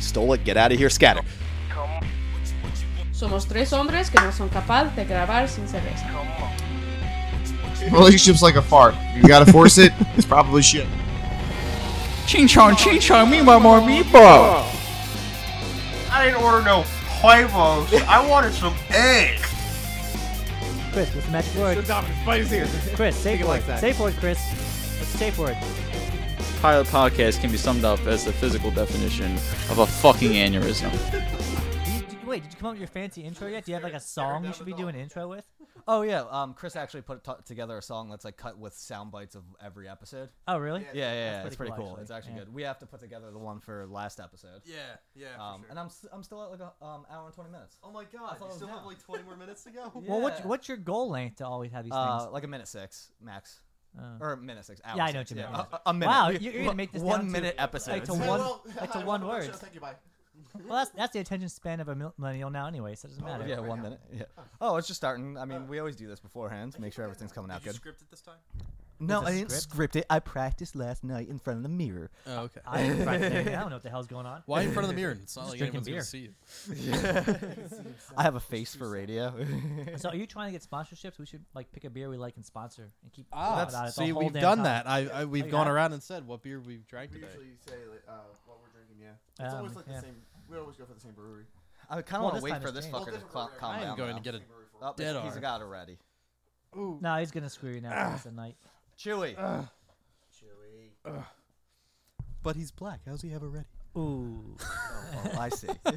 Stole it, get out of here, scatter. Somos tres hombres que no son capaces de grabar sin cerveza. Relationship's like a fart. You gotta force it. It's probably shit. Ching chong, ching chong, me my more meatball. I didn't order no huevos. I wanted some eggs. Chris, what's the magic word? Chris, safe word. Safe word, Chris. What's the safe word? Pilot podcast can be summed up as the physical definition of a fucking aneurysm. Did you, did, wait, did you come up with your fancy intro yet? Do you have like a song you should be doing an intro with? Oh yeah, um, Chris actually put t- together a song that's like cut with sound bites of every episode. Oh, really? Yeah, yeah, yeah That's it's pretty pretty cool, cool. actually. It's actually Yeah. good. We have to put together the one for last episode. Yeah, yeah. Um, and I'm s- I'm still at like a um hour and twenty minutes. oh my thought god, it you was still now. have like 20 more minutes to go? Well, what's, Yeah. what's your goal length to always have these Uh, things? like a minute six max, Uh, or a minute six. Hour Yeah, I six, know what you mean, yeah. A, a minute. Wow, We- you're- you're we- gonna make this one down to- minute episode. like to Yeah, one- well, like to I one will word. Thank you, bye. well, that's that's the attention span of a mil- millennial now, anyway, so it doesn't matter. Yeah, one minute. Yeah. Oh, it's just starting. I Uh, mean, we always do this beforehand. Make sure everything's coming out Did you good. script it this time? No, It's a I didn't script it. I practiced last night in front of the mirror. Oh, okay. I, ain't practicing anything. I don't know what the hell's going on. Why in front of the mirror? It's not like drinking anyone's beer. gonna see you. I have a face for radio. So, are you trying to get sponsorships? We should like pick a beer we like and sponsor and keep. Ah, talking about it the see, whole we've damn done time. that. I, I we've you gone have? around and said what beer we've drank We today. usually say like, uh, what we're drinking, yeah. It's Um, always like yeah. the same. We always go for the same brewery. I kind of Well, want this to time wait for it's this changed. fucker to Well, cla- different calm I am down. going now. to get a. Same brewery for Oh, dead he's arm. got it ready. No, he's gonna screw you now for the rest of the night. Chewy. Chewy. But he's black. How's he ever ready? Ooh, oh, I see. Ah, I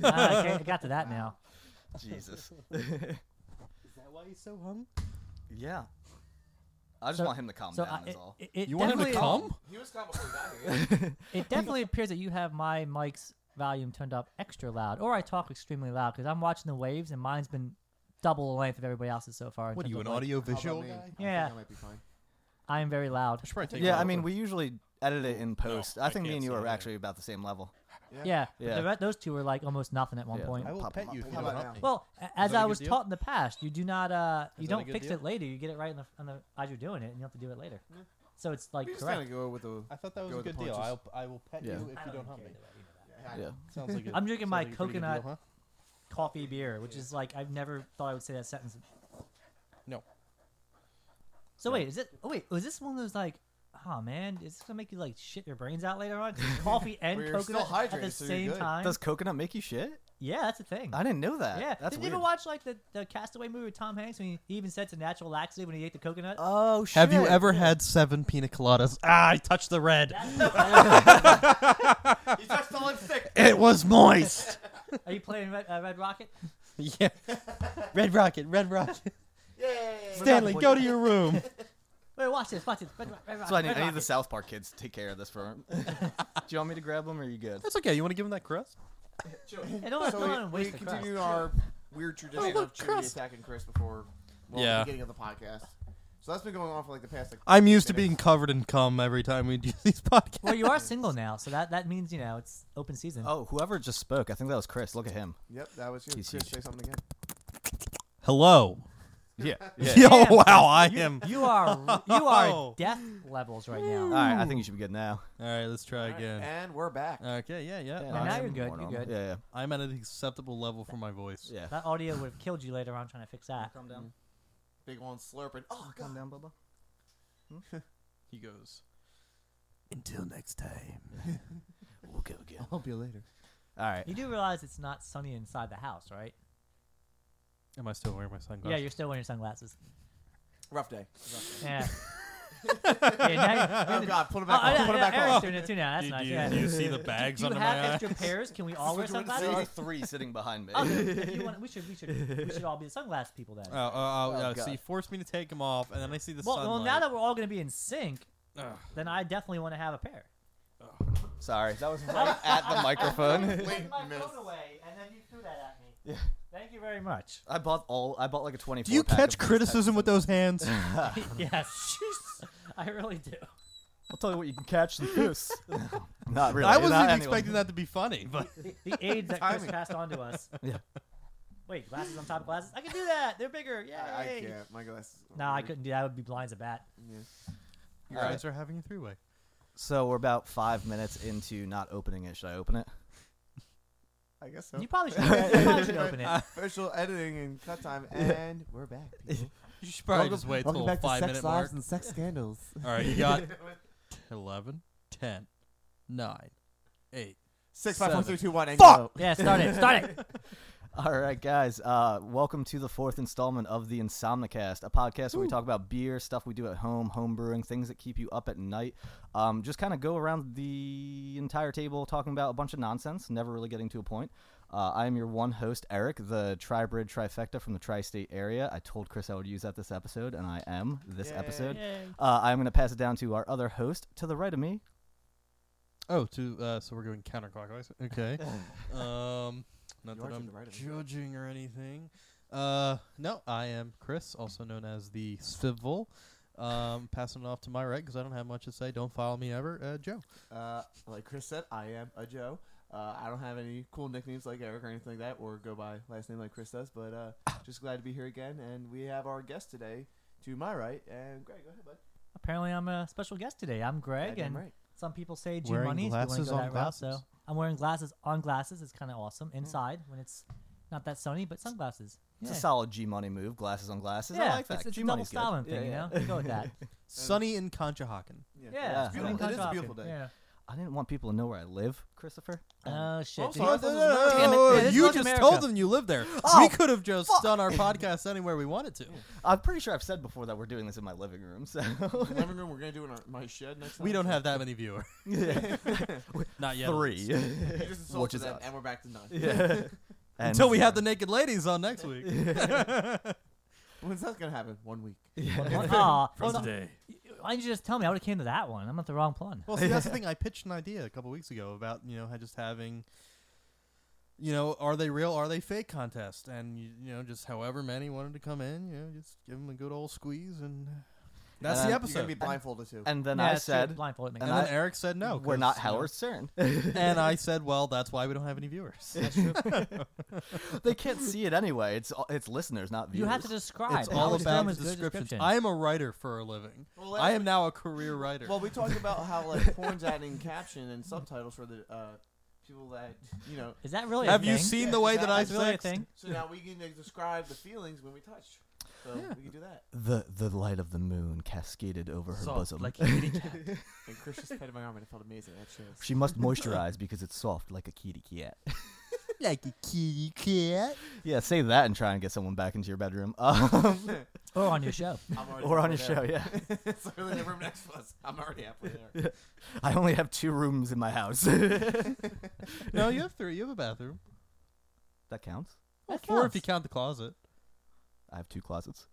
can't- I got to that now. Jesus. Is that why he's so hung? Yeah. I just So- want him to calm So down. I, is it, all. it, it You want him to definitely- come? He was kind of before we got here. It definitely appears that you have my mic's volume turned up extra loud, or I talk extremely loud because I'm watching the waves and mine's been double the length of everybody else's so far. in What are terms you, of, an like, audio How about visual me? guy? I think Yeah. I might be fine. I am very loud. I should probably take Yeah, one I over. mean, we usually edit it in post. I I think me can't and you see are anything. actually about the same level. Yeah. Yeah, but Yeah. the re- those two were like almost nothing at one Yeah. point. I will pop pet him you up. if you How don't about help me. Well, a- as that a I good was deal? taught in the past, you do not uh, you that a don't good fix deal? it later. You get it right on the, on the as you're doing it, and you have to do it later. So it's like We just kind correct. of go with the. I thought that was Go a with the good deal. punches. I'll, I will pet Yeah. you if I you don't don't help care me. either way. Yeah. Sounds like a- I'm drinking sounds my like a pretty good deal, coconut- huh? Coffee beer, which is like I've never thought I would say that sentence. No. So wait, is it? Oh wait, was this one of those like? Oh man, is this gonna make you like shit your brains out later on? 'Cause Coffee and Well, you're still coconut at the hydrated, so you're same good. time. Does coconut make you shit? yeah, that's a thing. I didn't know that. yeah, That's did weird. you ever watch like the, the Castaway movie with Tom Hanks when he he even said it's a natural laxative when he ate the coconut? Oh shit. Have you ever had seven pina coladas? Ah, I touched the red. He touched the lipstick. It was moist. Are you playing Red, uh, Red Rocket? yeah. Red Rocket, Red Rocket. Yay. Stanley, go to your room. Wait, watch this, watch this. Red, Ro- Red Rocket. So I need, Red I need the Rocket. South Park kids to take care of this for him. Do you want me to grab them or are you good? That's okay. You want to give him that crust? Yeah, don't, So don't we, let him we waste the crust. Oh, continue our weird tradition of Chewy attacking Chris before well, Yeah. the beginning of the podcast. So that's been going on for like the past like. I'm used to minutes. being covered in cum every time we do these podcasts. Well, you are single now, so that, that means you know it's open season. Oh, whoever just spoke, I think that was Chris. Look at him. Yep, that was you. He's Chris, huge. say something again. Hello. Yeah. Yo, Damn. wow, I am. You are you are Oh. death levels right now. All right, I think you should be good now. All right, let's try again. And we're back. Okay, yeah, yeah. Yeah, now I'm you're good, more you're normal. good. Yeah, I'm at an acceptable level for my voice. yeah, yeah. That audio would have killed you later on trying to fix that. Calm down. Big one slurping. Oh, God. Calm down, Bubba. He goes. Until next time. We'll go again. I'll be later. All right. You do realize it's not sunny inside the house, right? Am I still wearing my sunglasses? Yeah, you're still wearing your sunglasses. Rough day. Yeah. yeah now you- Oh, God. Put it Oh, back yeah, on. Put it yeah, back Eric's on. doing it too now. That's Do- nice. do you, yeah. do you see the bags Do you under have my extra eye? pairs? Can we all wear There are sunglasses? three sitting behind me. Oh, then if you want, we should we should we should all be the sunglass people then. Oh, Uh, oh, oh, Oh, oh, God. so you forced me to take them off, and then I see the well, sunlight. well, now that we're all going to be in sync, Ugh. then I definitely want to have a pair. Sorry, that was right at the microphone. Wait, my minutes. phone away, and then you threw that at me. Thank you very much. I bought all. I bought like a twenty. do you catch criticism with those hands? yes, I really do. I'll tell you what you can catch in this. not really. I wasn't not even anyone. expecting that to be funny, but The aids that Chris Timing. passed on to us. Yeah. Wait, glasses on top of glasses. I can do that. They're bigger. Yay! I, I can't. My glasses. are No, I weird. couldn't do that. I would be blind as a bat. Yeah. your Alright. eyes are having a three-way. So we're about five minutes into not opening it. Should I open it? I guess so. You probably should, you probably should open it. Official editing and cut time, and we're back. People. You should probably just wait welcome till back five to minute Sex mark. Lives and Sex Scandals. All right, you got 11, 10, 9, 8. Six, five, four, three, Seven. two, one, and Fuck! go. Yeah, start it. Start it. All right, guys. Uh, welcome to the fourth installment of the Insomnicast, a podcast where we talk about beer, stuff we do at home, home brewing, things that keep you up at night. Um, just kind of go around the entire table talking about a bunch of nonsense, never really getting to a point. Uh, I am your one host, Eric, the Tribrid Trifecta from the tri-state area. I told Chris I would use that this episode, and I am this episode. Uh, I'm going to pass it down to our other host to the right of me. Oh, to, uh, so we're going counterclockwise. Okay. um, not You are that to I'm the right of me. judging or anything. Uh, no, I am Chris, also known as the Civil. Um, passing it off to my right because I don't have much to say. Don't follow me ever, uh, Joe. Uh, like Chris said, I am a Joe. Uh, I don't have any cool nicknames like Eric or anything like that, or go by last name like Chris does. But uh, just glad to be here again, and we have our guest today to my right, and Greg, go ahead, bud. Apparently, I'm a special guest today. I'm Greg, Goddamn and right. some people say G Wearing Money. glasses if you wanna on go that route, glasses. so I'm wearing glasses on glasses. It's kind of awesome Hmm. inside when it's not that sunny, but sunglasses. It's yeah. a solid G Money move, glasses on glasses. yeah, I like that. It's, it's a double G-Money's good. styling Yeah, thing, yeah. you know. Go with that. Sunny in Conshohocken. Yeah, it's I beautiful. It is mean, a contrasting, beautiful day. Yeah. I didn't want people to know where I live, Christopher. Oh shit! I'm Did you- sorry. Damn it. Yeah, this is you North just America. told them you live there. we Oh, could have just fuck. done our podcast anywhere we wanted to. I'm pretty sure I've said before that we're doing this in my living room, so living room. We're gonna do it in our, my shed next time. We don't have that many viewers. Not yet. at least. three. You just Which insulted is them, us. and we're back to none. Yeah. And Until we have the naked ladies on next week. When's that gonna happen? One week. One- aw, well, oh, no, Why didn't you just tell me? I would have came to that one. I'm at the wrong one. well, see, that's the thing. I pitched an idea a couple weeks ago about, you know, just having, you know, are they real, are they fake contest. And, you, you know, just however many wanted to come in, you know, just give them a good old squeeze. And And that's then the You're gonna episode. be blindfolded too. And then Yeah, I it's true. said, blindfolded. Makes and and sense. then I- Eric said no. we're 'cause, not you know- Howard Stern. and I said, well, that's why we don't have any viewers. they can't see it anyway. It's it's listeners, not viewers. you have to describe. It's How all would you tell about them the it's good descriptions. I am a writer for a living. Well, I that's- am now a career writer. Well, we talked about how like porn's adding caption and subtitles for the uh, people that you know. Is that really? have a you thing? seen Yeah, the way that I Is that really a flexed? thing? So now we can like, describe the feelings when we touch. So we can do that. the the light of the moon cascaded over her bosom. And Chris just patted my arm, and it felt amazing. That shows. she must moisturize because it's soft like a kitty cat. like a kitty cat. yeah, say that and try and get someone back into your bedroom. Um, Or on your show? I'm already or on your halfway show, there. yeah. it's literally the room next to us. I'm already halfway there. I only have two rooms in my house. No, you have three. You have a bathroom. that counts. Or That four if counts. you count the closet. I have two closets.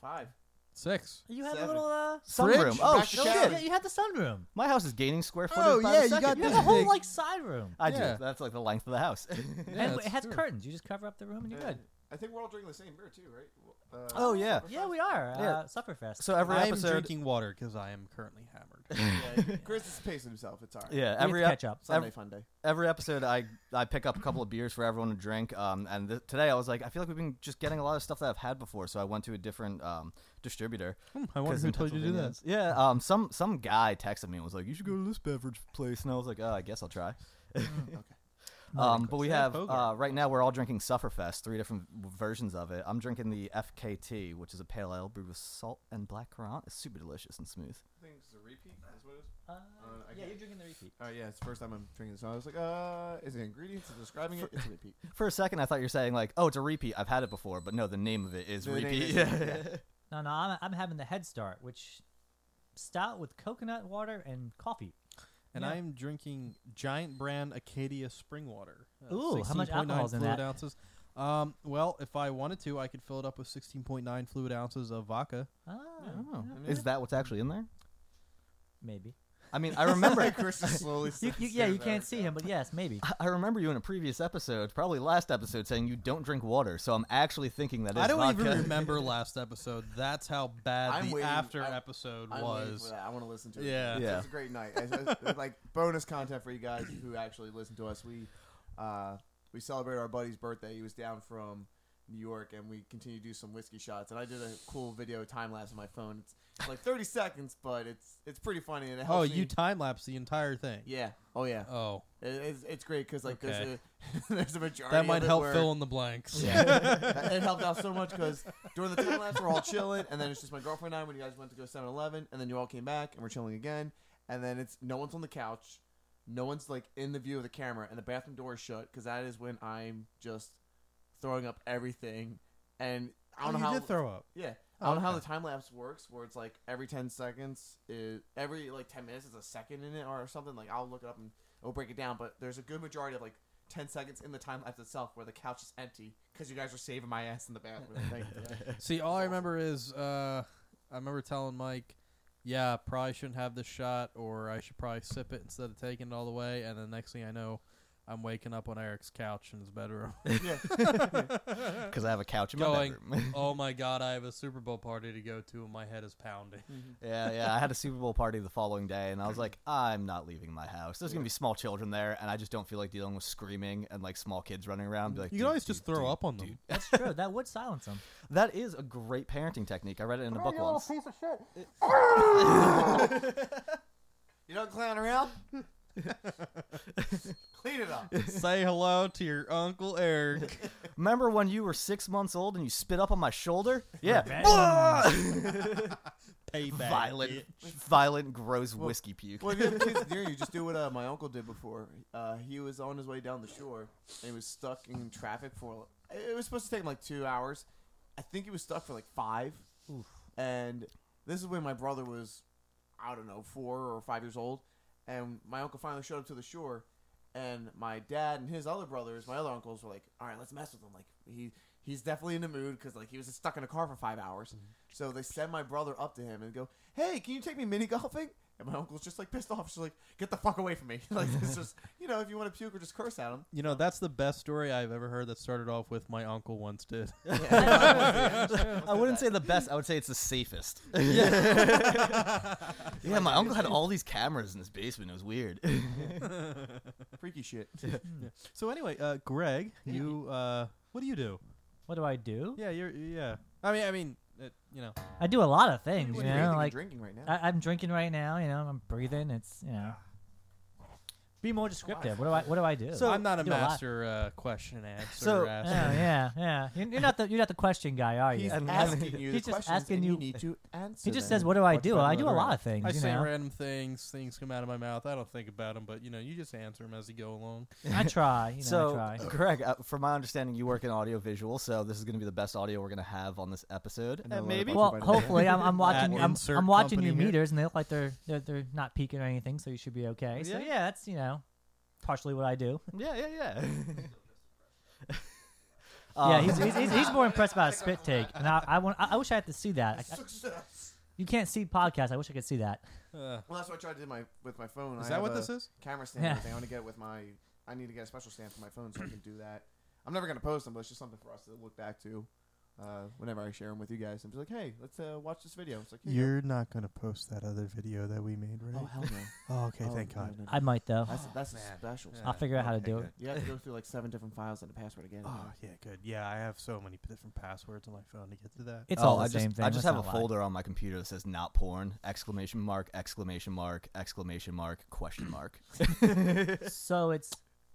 Five. Six. You had a Seven. little. Uh, Sunroom. Fridge? Oh Back to shit! shower. yeah, you had the sunroom. My house is gaining square footage. Oh, by the yeah, you second. got You had Yeah. the whole Big- like side room, I Yeah. do. That's like the length of the house. and that's it has true. curtains. You just cover up the room and you're Yeah. good. I think we're all drinking the same beer too, right? Uh, Oh, yeah. Yeah, we are. Yeah. Uh, Supperfest. so every I am episode, drinking water because I am currently hammered. yeah. Chris is pacing himself. It's alright. yeah, We have every to ep- catch up. Sunday Ev- fun day. every episode, I I pick up a couple of beers for everyone to drink. Um, and th- today I was like, I feel like we've been just getting a lot of stuff that I've had before. So I went to a different um distributor. Hmm, I wonder 'Cause who in told you to do Pennsylvania that. it's- Yeah, um, some some guy texted me and was like, "You should go to this beverage place," and I was like, "Oh, I guess I'll try." Um, but we have Bogart. uh, right now we're all drinking Sufferfest, three different v- versions of it. I'm drinking the FKT, which is a pale ale brewed with salt and black currant. It's super delicious and smooth. I think it's a repeat. That's what it is. Uh, Uh, I yeah, get- you're drinking the repeat. Oh yeah, it's the first time I'm drinking this. I was like, uh, is it ingredients? Is it describing it? It's a repeat. For a second, I thought you were saying like, "Oh, it's a repeat. I've had it before," but no, the name of it is The name repeat. is- yeah. yeah. No, no, I'm, I'm having the head start, which stout with coconut water and coffee. And Yeah. I am drinking Giant Brand Acadia Spring Water. Uh, Ooh, how much 16.9 alcohol's in fluid that? Ounces. Um, well, if I wanted to, I could fill it up with 16.9 fluid ounces of vodka. Ah, Oh. yeah, Is that what's actually in there? maybe. I mean, I remember. Chris is slowly. You, you, yeah, you can't see him, but yes, maybe. I remember you in a previous episode, probably last episode, saying you don't drink water. So I'm actually thinking that it's I don't vodka. even remember last episode. That's how bad I'm the waiting- after I'm- episode I'm waiting for was. that. I want to listen to it. Yeah. Yeah. It's a great night. It's- it's like bonus content for you guys who actually listen to us. We uh, we celebrate our buddy's birthday. He was down from New York, and we continue to do some whiskey shots. And I did a cool video time lapse on my phone. It's, it's like 30 seconds, but it's it's pretty funny and it helps. Oh, me- you time lapse the entire thing. yeah. Oh yeah. Oh, It- it's, it's great because like there's Okay. a There's a majority. That might of it help where- fill in the blanks. That- it helped out so much because during the time lapse we're all chilling, and then it's just my girlfriend and I when you guys went to go 7-Eleven, and then you all came back and we're chilling again, and then it's no one's on the couch, no one's like in the view of the camera, and the bathroom door is shut because that is when I'm just throwing up everything, and I don't Oh, you know how did throw up. yeah. I Oh, don't know how the okay. time lapse works, where it's like every ten seconds is every like ten minutes is a second in it or something. Like I'll look it up and it'll break it down. But there's a good majority of like ten seconds in the time lapse itself where the couch is empty because you guys are saving my ass in the bathroom. Thank you. See, all I remember is uh, I remember telling Mike, "Yeah, probably shouldn't have this shot, or I should probably sip it instead of taking it all the way." And the next thing I know, I'm waking up on Eric's couch in his bedroom. because I have a couch in my Going. bedroom. oh my God, I have a Super Bowl party to go to, and my head is pounding. yeah, yeah. I had a Super Bowl party the following day, and I was like, I'm not leaving my house. There's gonna be small children there, and I just don't feel like dealing with screaming and like small kids running around. Be like, You can "Dude, always dude, just throw dude, up on dude." them. That's true. That would silence them. That is a great parenting technique. I read it in a book once. You don't clown around. Clean it up. Say hello to your uncle Eric. Remember when you were six months old and you spit up on my shoulder? Yeah. Payback. violent, violent, gross whiskey puke. Well, if you have kids near you, just do what uh, my uncle did before. Uh, he was on his way down the shore and he was stuck in traffic for. It was supposed to take him like two hours. I think he was stuck for like five. And this is when my brother was, I don't know, four or five years old. And my uncle finally showed up to the shore. And my dad and his other brothers, my other uncles, were like, "All right, let's mess with him." Like he he's definitely in the mood because like he was stuck in a car for five hours. Mm-hmm. So they send my brother up to him and go, "Hey, can you take me mini golfing?" And my uncle's just like pissed off. She's like, "Get the fuck away from me!" like it's just you know, if you want to puke or just curse at him. You know, that's the best story I've ever heard that started off with my uncle once did. I wouldn't say the best. I would say it's the safest. Yeah. my uncle had all these cameras in his basement. It was weird. Freaky shit. So anyway, uh, Greg, you uh, what do you do? What do I do? Yeah, you're yeah. I mean, I mean, it, you know, I do a lot of things. You What are you know, thinking like drinking right now. I, I'm drinking right now. You know, I'm breathing. It's you know. Be more descriptive. What do I? What do I do? so I'm not a do a lot. master uh, question and answer. So- Oh, asker. yeah, yeah. You're, you're not the you're not the question guy, are you? He's and- asking you. he's the just questions asking and you. you- Need to answer. he just them. says, "What do I do?" better I do a than lot I of things. I you say know, random things. Things come out of my mouth. I don't think about them, but you know, you just answer them as you go along. I try. You know, I so, try. Greg, uh, from my understanding, you work in audiovisual, so this is going to be the best audio we're going to have on this episode. know a lot about Well, hopefully, I'm, I'm watching. I'm, insert I'm watching your company here. meters, and they look like they're, they're they're not peaking or anything, so you should be okay. So Yeah. yeah, that's you know, partially what I do. yeah, yeah, yeah. yeah, Um, he's, he's, he's, he's more impressed by a spit take, and I I, want, I, I wish I had to see that. I, I- Success. you can't see podcasts. I wish I could see that. Uh, Well, that's what I tried to do my with my phone. is I that have what a this is? Camera stand. Yeah. and everything. I want to get it with my. I need to get a special stand for my phone so I can do that. I'm never gonna post them, but it's just something for us to look back to. Uh, whenever I share them with you guys, and be like, "Hey, let's uh, watch this video." It's like, here you go. not gonna post that other video that we made, Oh hell no! Oh, okay, Oh, no, no, no. I might though. That's that's man. special. Yeah. I'll figure out how to Okay, do good. it. You have to go through like seven different files and a password again. Oh yeah, good. Yeah, I have so many p- different passwords on my phone to get to that. It's Oh, all the I just, same thing. I let's just have a not lie. folder on my computer that says "not porn!" exclamation mark exclamation mark exclamation mark question mark. So it's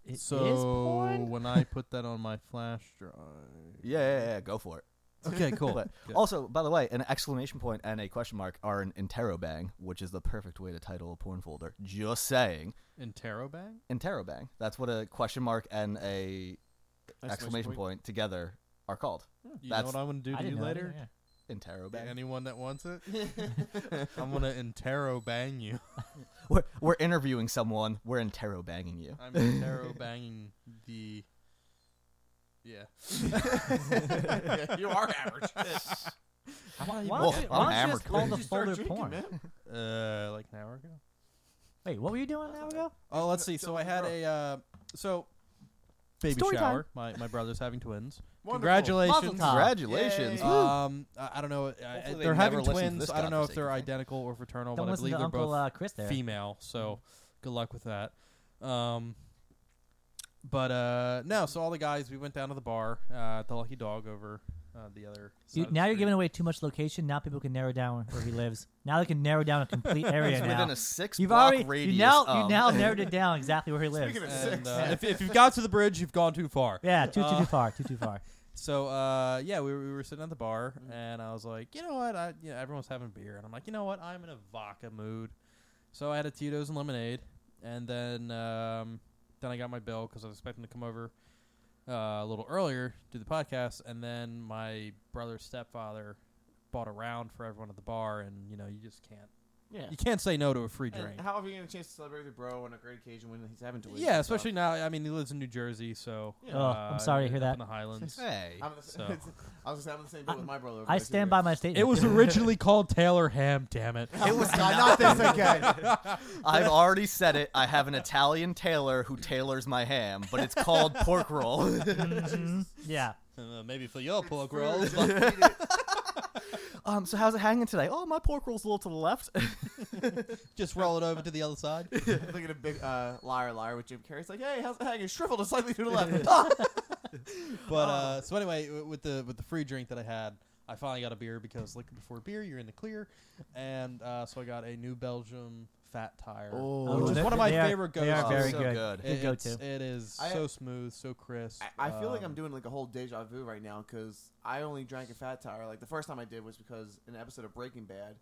it is so porn. when I put that on my flash drive. Yeah, yeah, yeah. Go for it. Okay, cool. But Yeah. also, by the way, an exclamation point and a question mark are an interrobang, which is the perfect way to title a porn folder. Just saying, Interrobang. interrobang. That's what a question mark and a exclamation point together are called. You know That's- what I'm gonna do I to you didn't know that, later? yeah. Interrobang. Anyone that wants it, I'm gonna interrobang you. We're, we're interviewing someone. We're interrobanging you. I'm interrobanging the. Yeah. you are average. Why, why Well, don't you, why don't you I'm just amateur. call Did the you start folder drinking, porn? man? Uh, like an hour ago. Wait, what were you doing an hour ago? Oh, let's see. So I had a uh, so baby Story time. shower. My my brother's having twins. Wonderful. Congratulations. Mazel tov. Congratulations. Woo. Um, I I don't know. I- I, Hopefully they they're having never listen to twins. this I don't know if godforsaken they're thing. identical or fraternal, Don't but I listen believe to they're Uncle both uh, Chris there. Mm-hmm. female. So good luck with that. Um, but uh, no. So all the guys, we went down to the bar uh, at the Lucky Dog over uh, the other. You, side of the now you're street. giving away too much location. Now people can narrow down where he lives. Now they can narrow down a complete area. It's within now. a six You've block already radius. you now of- you now narrowed it down exactly where he lives. Speaking of And, six, uh, if, if you've got to the bridge, you've gone too far. yeah, too too, Uh, too far, too too far. So uh, yeah, we, were- we were sitting at the bar, Mm-hmm. and I was like, you know what? I you know, everyone's having beer, and I'm like, you know what? I'm in a vodka mood. So I had a Tito's and lemonade, and then um, then I got my bill because I was expecting to come over uh, a little earlier do the podcast, and then my brother's stepfather bought a round for everyone at the bar, and you know you just can't Yeah. you can't say no to a free drink. and how are you gonna chance to celebrate with your bro on a great occasion when he's having to? leave Yeah, and stuff? especially now. I mean, he lives in New Jersey, so uh, Oh, I'm sorry to hear up that. in the Highlands. Hey. I'm the, So. I was gonna say I'm the same boat with my brother. over I there, too, stand by guys. my statement. It was originally called Taylor Ham. Damn it. It was not, not this again. I've already said it. I have an Italian tailor who tailors my ham, but it's called pork roll. Mhm. yeah. Uh, maybe for your pork um, so how's it hanging today? Oh, my pork roll's a little to the left. just roll it over to the other side. Look at a big uh, liar, liar with Jim Carrey. It's like, hey, how's it hanging? Shriveled it slightly to the left. Ah! But Oh. uh, so anyway, w- with the with the free drink that I had, I finally got a beer because liquor before beer, you're in the clear. And uh, so I got a New Belgium Fat Tire, Oh, which they're- is one of my they are- favorite they are go-tos. very so good. good. It- Good go it's- to. It is I- so smooth, so crisp. I, I feel like I'm um, doing like a whole deja vu right now because I only drank a fat tire. Like the first time I did was because in an episode of Breaking Bad,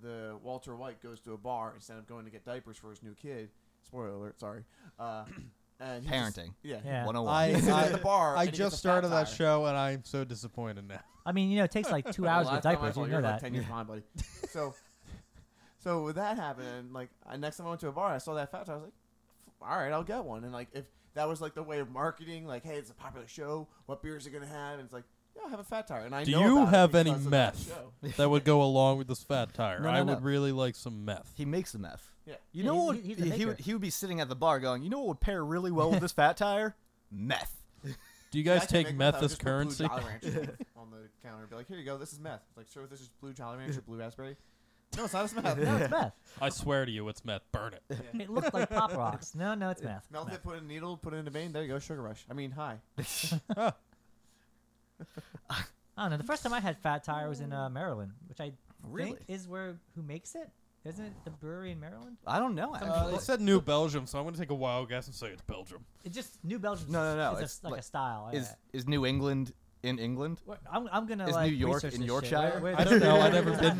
the Walter White goes to a bar instead of going to get diapers for his new kid. Spoiler alert, sorry. Uh, and he just- Parenting. yeah. Yeah. 101. I, He's at the I, bar. and I he gets just a fat started that tire. show and I'm so disappointed now. I mean, you know, it takes like two hours Well, to get that's not my diapers. You fault. know You're like that. Ten years behind, buddy. So, so with that happening, like I, next time I went to a bar, I saw that fat. tire, I was like, all right, I'll get one. And like if that was like the way of marketing, like hey, it's a popular show. What beers are you gonna have? And it's like, yeah, I have a fat tire. And I Do know you about it have any because of that meth show. that would go along with this fat tire. No, no, I no. would really like some meth. He makes the meth. Yeah. You Yeah, know he- what? he- he's a he, would, maker. he would be sitting at the bar going, you know what would pair really well with this fat tire? Meth. Do you Yeah, guys I can take make meth I would as just put Blue currency? Jolly Rancher on the counter, and be like, here you go, this is meth. It's like, sure, this is blue Jolly Rancher, blue raspberry. No, it's not as meth. No, it's meth. I swear to you, it's meth. Burn it. It looked like pop rocks. No, no, it's meth. Melt Meth. it, put it in a needle, put it in a vein. There you go, sugar rush. I mean, hi. I don't know. The first time I had Fat Tire was in uh, Maryland, which I Really? think is where who makes it. Isn't it the brewery in Maryland? I don't know. Uh, actually. they said New Belgium, so I'm going to take a wild guess and say it's Belgium. It's just New Belgium. No, no, no, It's, it's a, like, like- a style. is, yeah. is New England in England? Where- I'm, I'm gonna Is like New York research in this Yorkshire? Shit. I don't know. I've never been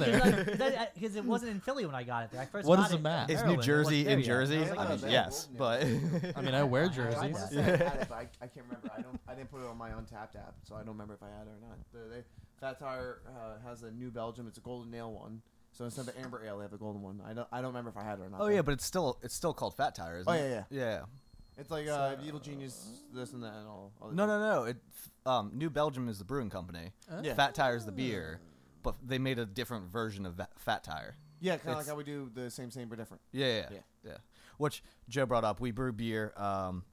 because it wasn't in Philly when I got it there. I first What got is the it in map? Is Maryland. New It wasn't Jersey there in yet. Jersey? I was like, I oh, mean, yeah. shit. yes, but I mean, I wear I- I like jerseys. that. I, had it, but I, I can't remember. I don't. I didn't put it on my Untapped app, so I don't remember if I had it or not. The, they, Fat Tire uh, has a New Belgium. It's a golden nail one. So instead of the amber ale, they have a golden one. I don't. I don't remember if I had it or not. oh though. yeah, but it's still it's still called fat tire, isn't Oh, it? yeah, yeah, yeah. it's like uh, Evil Genius, this and that, and all. all the No, things. no, no. It, um, New Belgium is the brewing company. Yeah. Fat Tire is the beer, Ah. but they made a different version of Va- Fat Tire. Yeah, kind of like It's- how we do the same, same but different. Yeah, yeah, yeah. Yeah. yeah. Which Joe brought up. We brew beer. Um,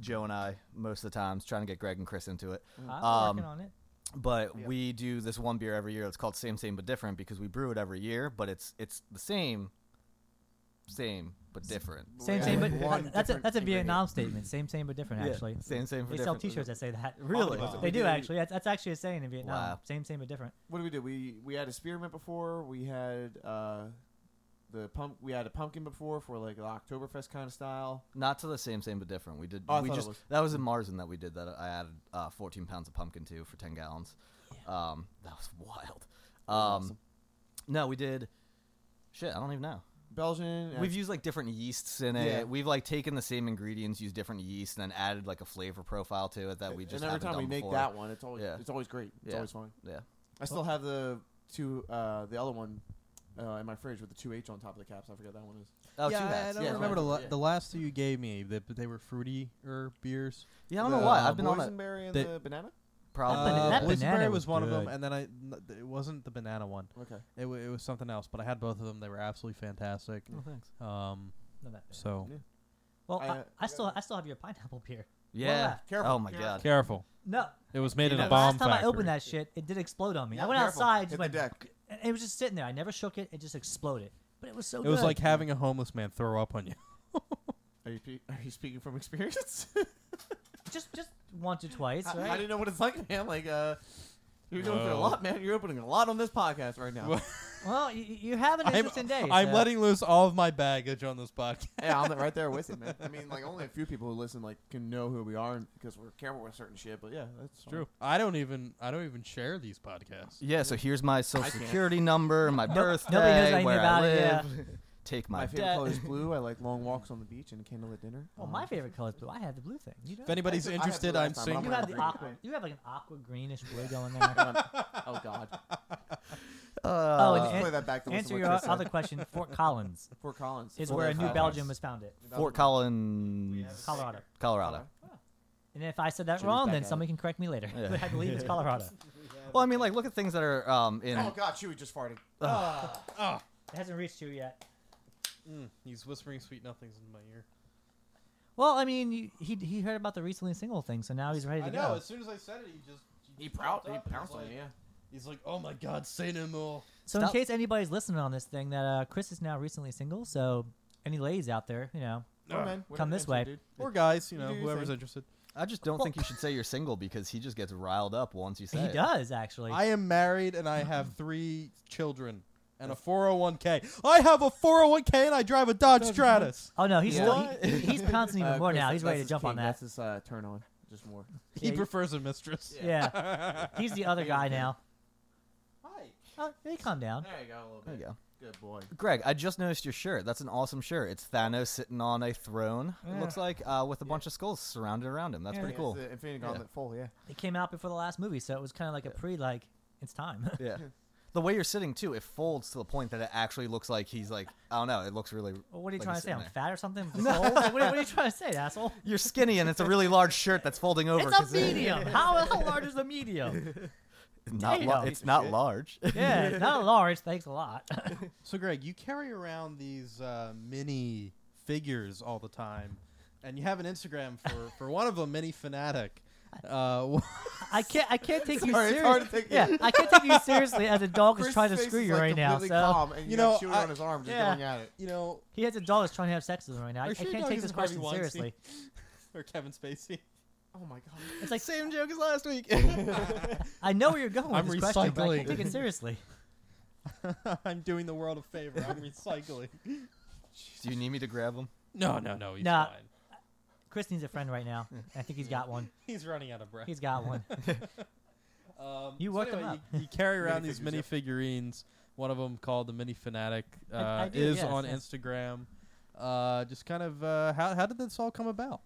Joe and I most of the times trying to get Greg and Chris into it. I'm Um, working on it. But we do this one beer every year. It's called Same Same but Different because we brew it every year, but it's it's the same, same but different. Same, Yeah. same, Like but one that's a different that's a ingredient. Vietnam statement. Same, same, but different. Yeah, Actually, same same. they For sell different. T-shirts that say that. Really? Wow. They We do do- actually. That's, that's actually a saying in Vietnam. Wow. Same, same, but different. What did we do? We we had a spearmint before. We had uh, the pump. We had a pumpkin before for like the Oktoberfest kind of style. Not to the same same but different. We did. Oh, I we thought it just was. that was in Marzen that we did that. I added uh, 14 pounds of pumpkin to for 10 gallons. Um, that was wild. Um, awesome. no, we did. Shit, I don't even know. Belgian. and We've used like different yeasts in it. Yeah. We've like taken the same ingredients, used different yeast, and then added like a flavor profile to it that we just and every haven't time we done make before. that one, it's always Yeah. it's always great. It's Yeah. always fun. Yeah. I still have the two uh, the other one uh, in my fridge with the two H on top of the caps. I forgot that one is. Oh, yeah, two I- I hats. don't yeah, remember right. the, la- Yeah. the last two you gave me, that but they were fruity or beers. yeah, I don't know The, why. uh, I've been on it. boysenberry and They- the banana. Probably. bana- that Uh, banana Boysenberry was was one of them, good. and then I n- th- it wasn't the banana one. Okay. It, w- it was something else, but I had both of them. They were absolutely fantastic. Oh, thanks. Um, Not that bad. so Yeah. Well, I, I, uh, I still I still have your pineapple beer. Yeah. left. Careful, Oh my careful. god. careful. No, It was made in the a bomb last time I factory. opened that shit, it did explode on me. Yeah, I went careful. outside, just Hit the went, deck. and it was just sitting there. I never shook it. It just exploded. But it was so. It was good. like having a homeless man throw up on you. Are you pe- are you speaking from experience? just just once or twice. I, right? I didn't know what it's like, man. Like uh, You're going through a lot, man. You're opening a lot on this podcast right now. Well- Well, you, you have an I'm, interesting day. I'm so- letting loose all of my baggage on this podcast. yeah, I'm right there with you, man. I mean, like only a few people who listen like can know who we are because we're careful with certain shit. But yeah, that's fine. I don't even I don't even share these podcasts. Yeah, so here's my social I can't. security number, my birthday, nobody knows anything where about I it, yeah. live. Take my, My favorite debt. color is blue. I like long walks on the beach and a candlelit dinner. Um, Well, my favorite color is blue. I have the blue thing. You If don't. anybody's I have to interested, last I'm time, single. I'm You not have the wearing aqua. You have like an aqua greenish blue going there. Oh God! Uh, oh, and, Play and that back to listen to answer what your Chris said. other question. Fort Collins Fort Collins is Fort where Collins. New Belgium was founded, Fort Collins, Colorado. Colorado. And if I said that Jimmy's wrong, back then at somebody can correct me later. Yeah. I believe it's Colorado. Well, I mean, like, look at things that are um, in. Oh God! Chewy just farted. Ah, It hasn't reached you yet. He's whispering sweet nothings in my ear. Well, I mean, you, he he heard about the recently single thing, so now he's ready to I go. know. As soon as I said it, he just He proud. He popped up and pounced was on you. like- Yeah. He's like, "Oh my God, say no more." So Stop. in case anybody's listening on this thing, that uh, Chris is now recently single. So any ladies out there, you know, Oh, man, whatever makes this you, way. dude. Or guys, you You know, do your whoever's thing. interested. I just don't think you should say you're single because he just gets riled up once you say he it. does actually. I am married and I have three children and a 401k. I have a 401k and I drive a Dodge Stratus. oh no, he's Yeah. still, he, he's pouncing even Uh, more Chris, now. that's He's ready to his jump on king. that. That's his uh, turn on. Just more. He Yeah, you- prefers a mistress. Yeah, he's the other guy now. Hi. Oh, hey, calm down. There you go. A little There you go. Good boy. Greg, I just noticed your shirt. That's an awesome shirt. It's Thanos sitting on a throne. It looks like uh, with a bunch of skulls surrounded around him. That's pretty cool. The Infinity Gauntlet full. Yeah. It came out before the last movie, so it was kind of like a pre like it's time. Yeah. The way you're sitting too, it folds to the point that it actually looks like he's like I don't know. It looks really. well, what are you like trying he's to say? sitting I'm there. fat or something? Just old? Like, what, are, what are you trying to say, asshole? You're skinny and it's a really large shirt that's folding over. It's 'cause a medium. how, how large is the medium? It's not, Damn. la- it's not large. Yeah, not large. Thanks a lot. So, Greg, you carry around these uh, mini figures all the time, and you have an Instagram for, for one of them, Mini Fanatic. Uh, I can't. I can't take you Sorry, seriously. it's hard to take- yeah, I can't take you seriously as a dog is Chris's trying to face screw is, you like, right now. So completely Calm, and you You got know, Chewy I- on his arm, just yeah. going at it. you know, he has a dog that's trying to have sex with him right now. I, Are I you sure can't dog take isn't this question Harvey Weinstein? seriously. or Kevin Spacey. Oh my God. It's like Same joke as last week. I know where you're going with I'm this question, but I can't recycling. take it seriously. I'm doing the world a favor. I'm recycling. Do you need me to grab him? No, no, no. He's Nah. fine. Chris needs a friend right now. I think he's got one. He's running out of breath. He's got one. Um, You so worked 'em anyway, up. You, you carry around these Minifigures, mini yep. figurines. One of them called the Mini Fanatic uh, I- I do, is yes, on yes. Instagram. Uh, just kind of uh, how how did this all come about?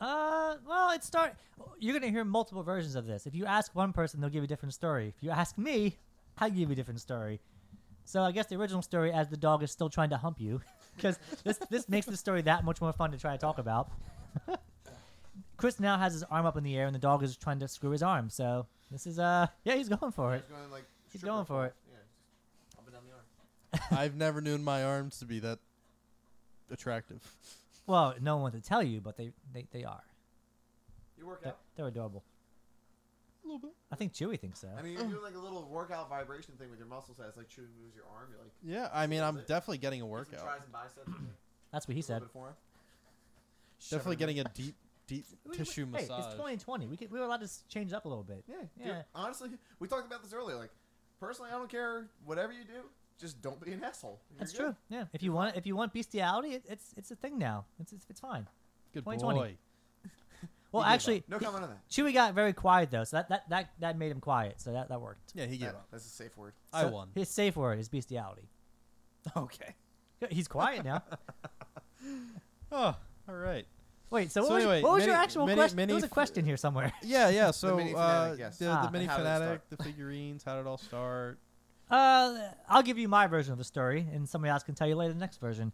Uh, well, it start. You're gonna hear multiple versions of this. If you ask one person, they'll give you a different story. If you ask me, I give you a different story. So I guess the original story, as the dog is still trying to hump you, because this this makes the story that much more fun to try to talk about. Chris now has his arm up in the air, and the dog is trying to screw his arm. So this is uh, yeah, he's going for it. He's going like. He's stripper going for it. pose. Yeah. Up and down the arm. I've never known my arms to be that attractive. Well, no one wants to tell you, but they they, they are. You work They're, out. they're adorable. A little bit. I think Chewy thinks so. I mean, you're doing like a little workout vibration thing with your muscles. As like Chewy moves your arm, you're like Yeah, I mean, I'm definitely getting a get some workout. tries and biceps. in there, That's what a he little said. bit of forearm. Definitely Shove it in getting a deep, deep We- we- tissue hey, massage. it's 2020. We could, we were allowed to s- change up a little bit. Yeah, dude, Yeah. honestly, we talked about this earlier. Like, personally, I don't care whatever you do, just don't be an asshole. You're That's good. true. Yeah. If you want, if you want bestiality, it, it's it's a thing now. It's it's, it's fine. Good 2020. boy. Well, He gave actually, up. no he- comment on that. Chewy got very quiet though, so that that that, that made him quiet. So that that worked. Yeah, he gave That- up. That's a safe word. I So won. His safe word is bestiality. Okay. Yeah, He's quiet now. Oh, all right. Wait. So, what, So was, anyway, what was your mini- actual mini- question? mini there was a f- question here somewhere. Yeah, yeah. So Mini uh, Fanatic, yes. the, Ah. the mini How did it fanatic, the figurines. How did it all start? Uh, I'll give you my version of the story, and somebody else can tell you later the next version.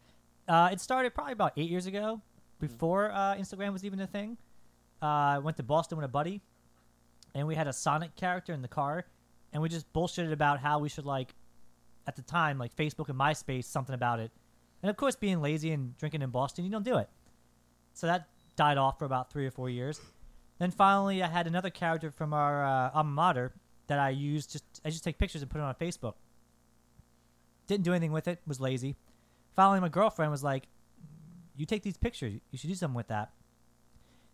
Uh, it started probably about eight years ago, before uh, Instagram was even a thing. Uh, I went to Boston with a buddy, and we had a Sonic character in the car, and we just bullshitted about how we should like, at the time, like Facebook and MySpace, something about it. And of course, being lazy and drinking in Boston, you don't do it. So that died off for about three or four years. Then finally, I had another character from our uh, alma mater that I used. Just I just take pictures and put it on Facebook. Didn't do anything with it. Was lazy. Finally, my girlfriend was like, "You take these pictures. You should do something with that."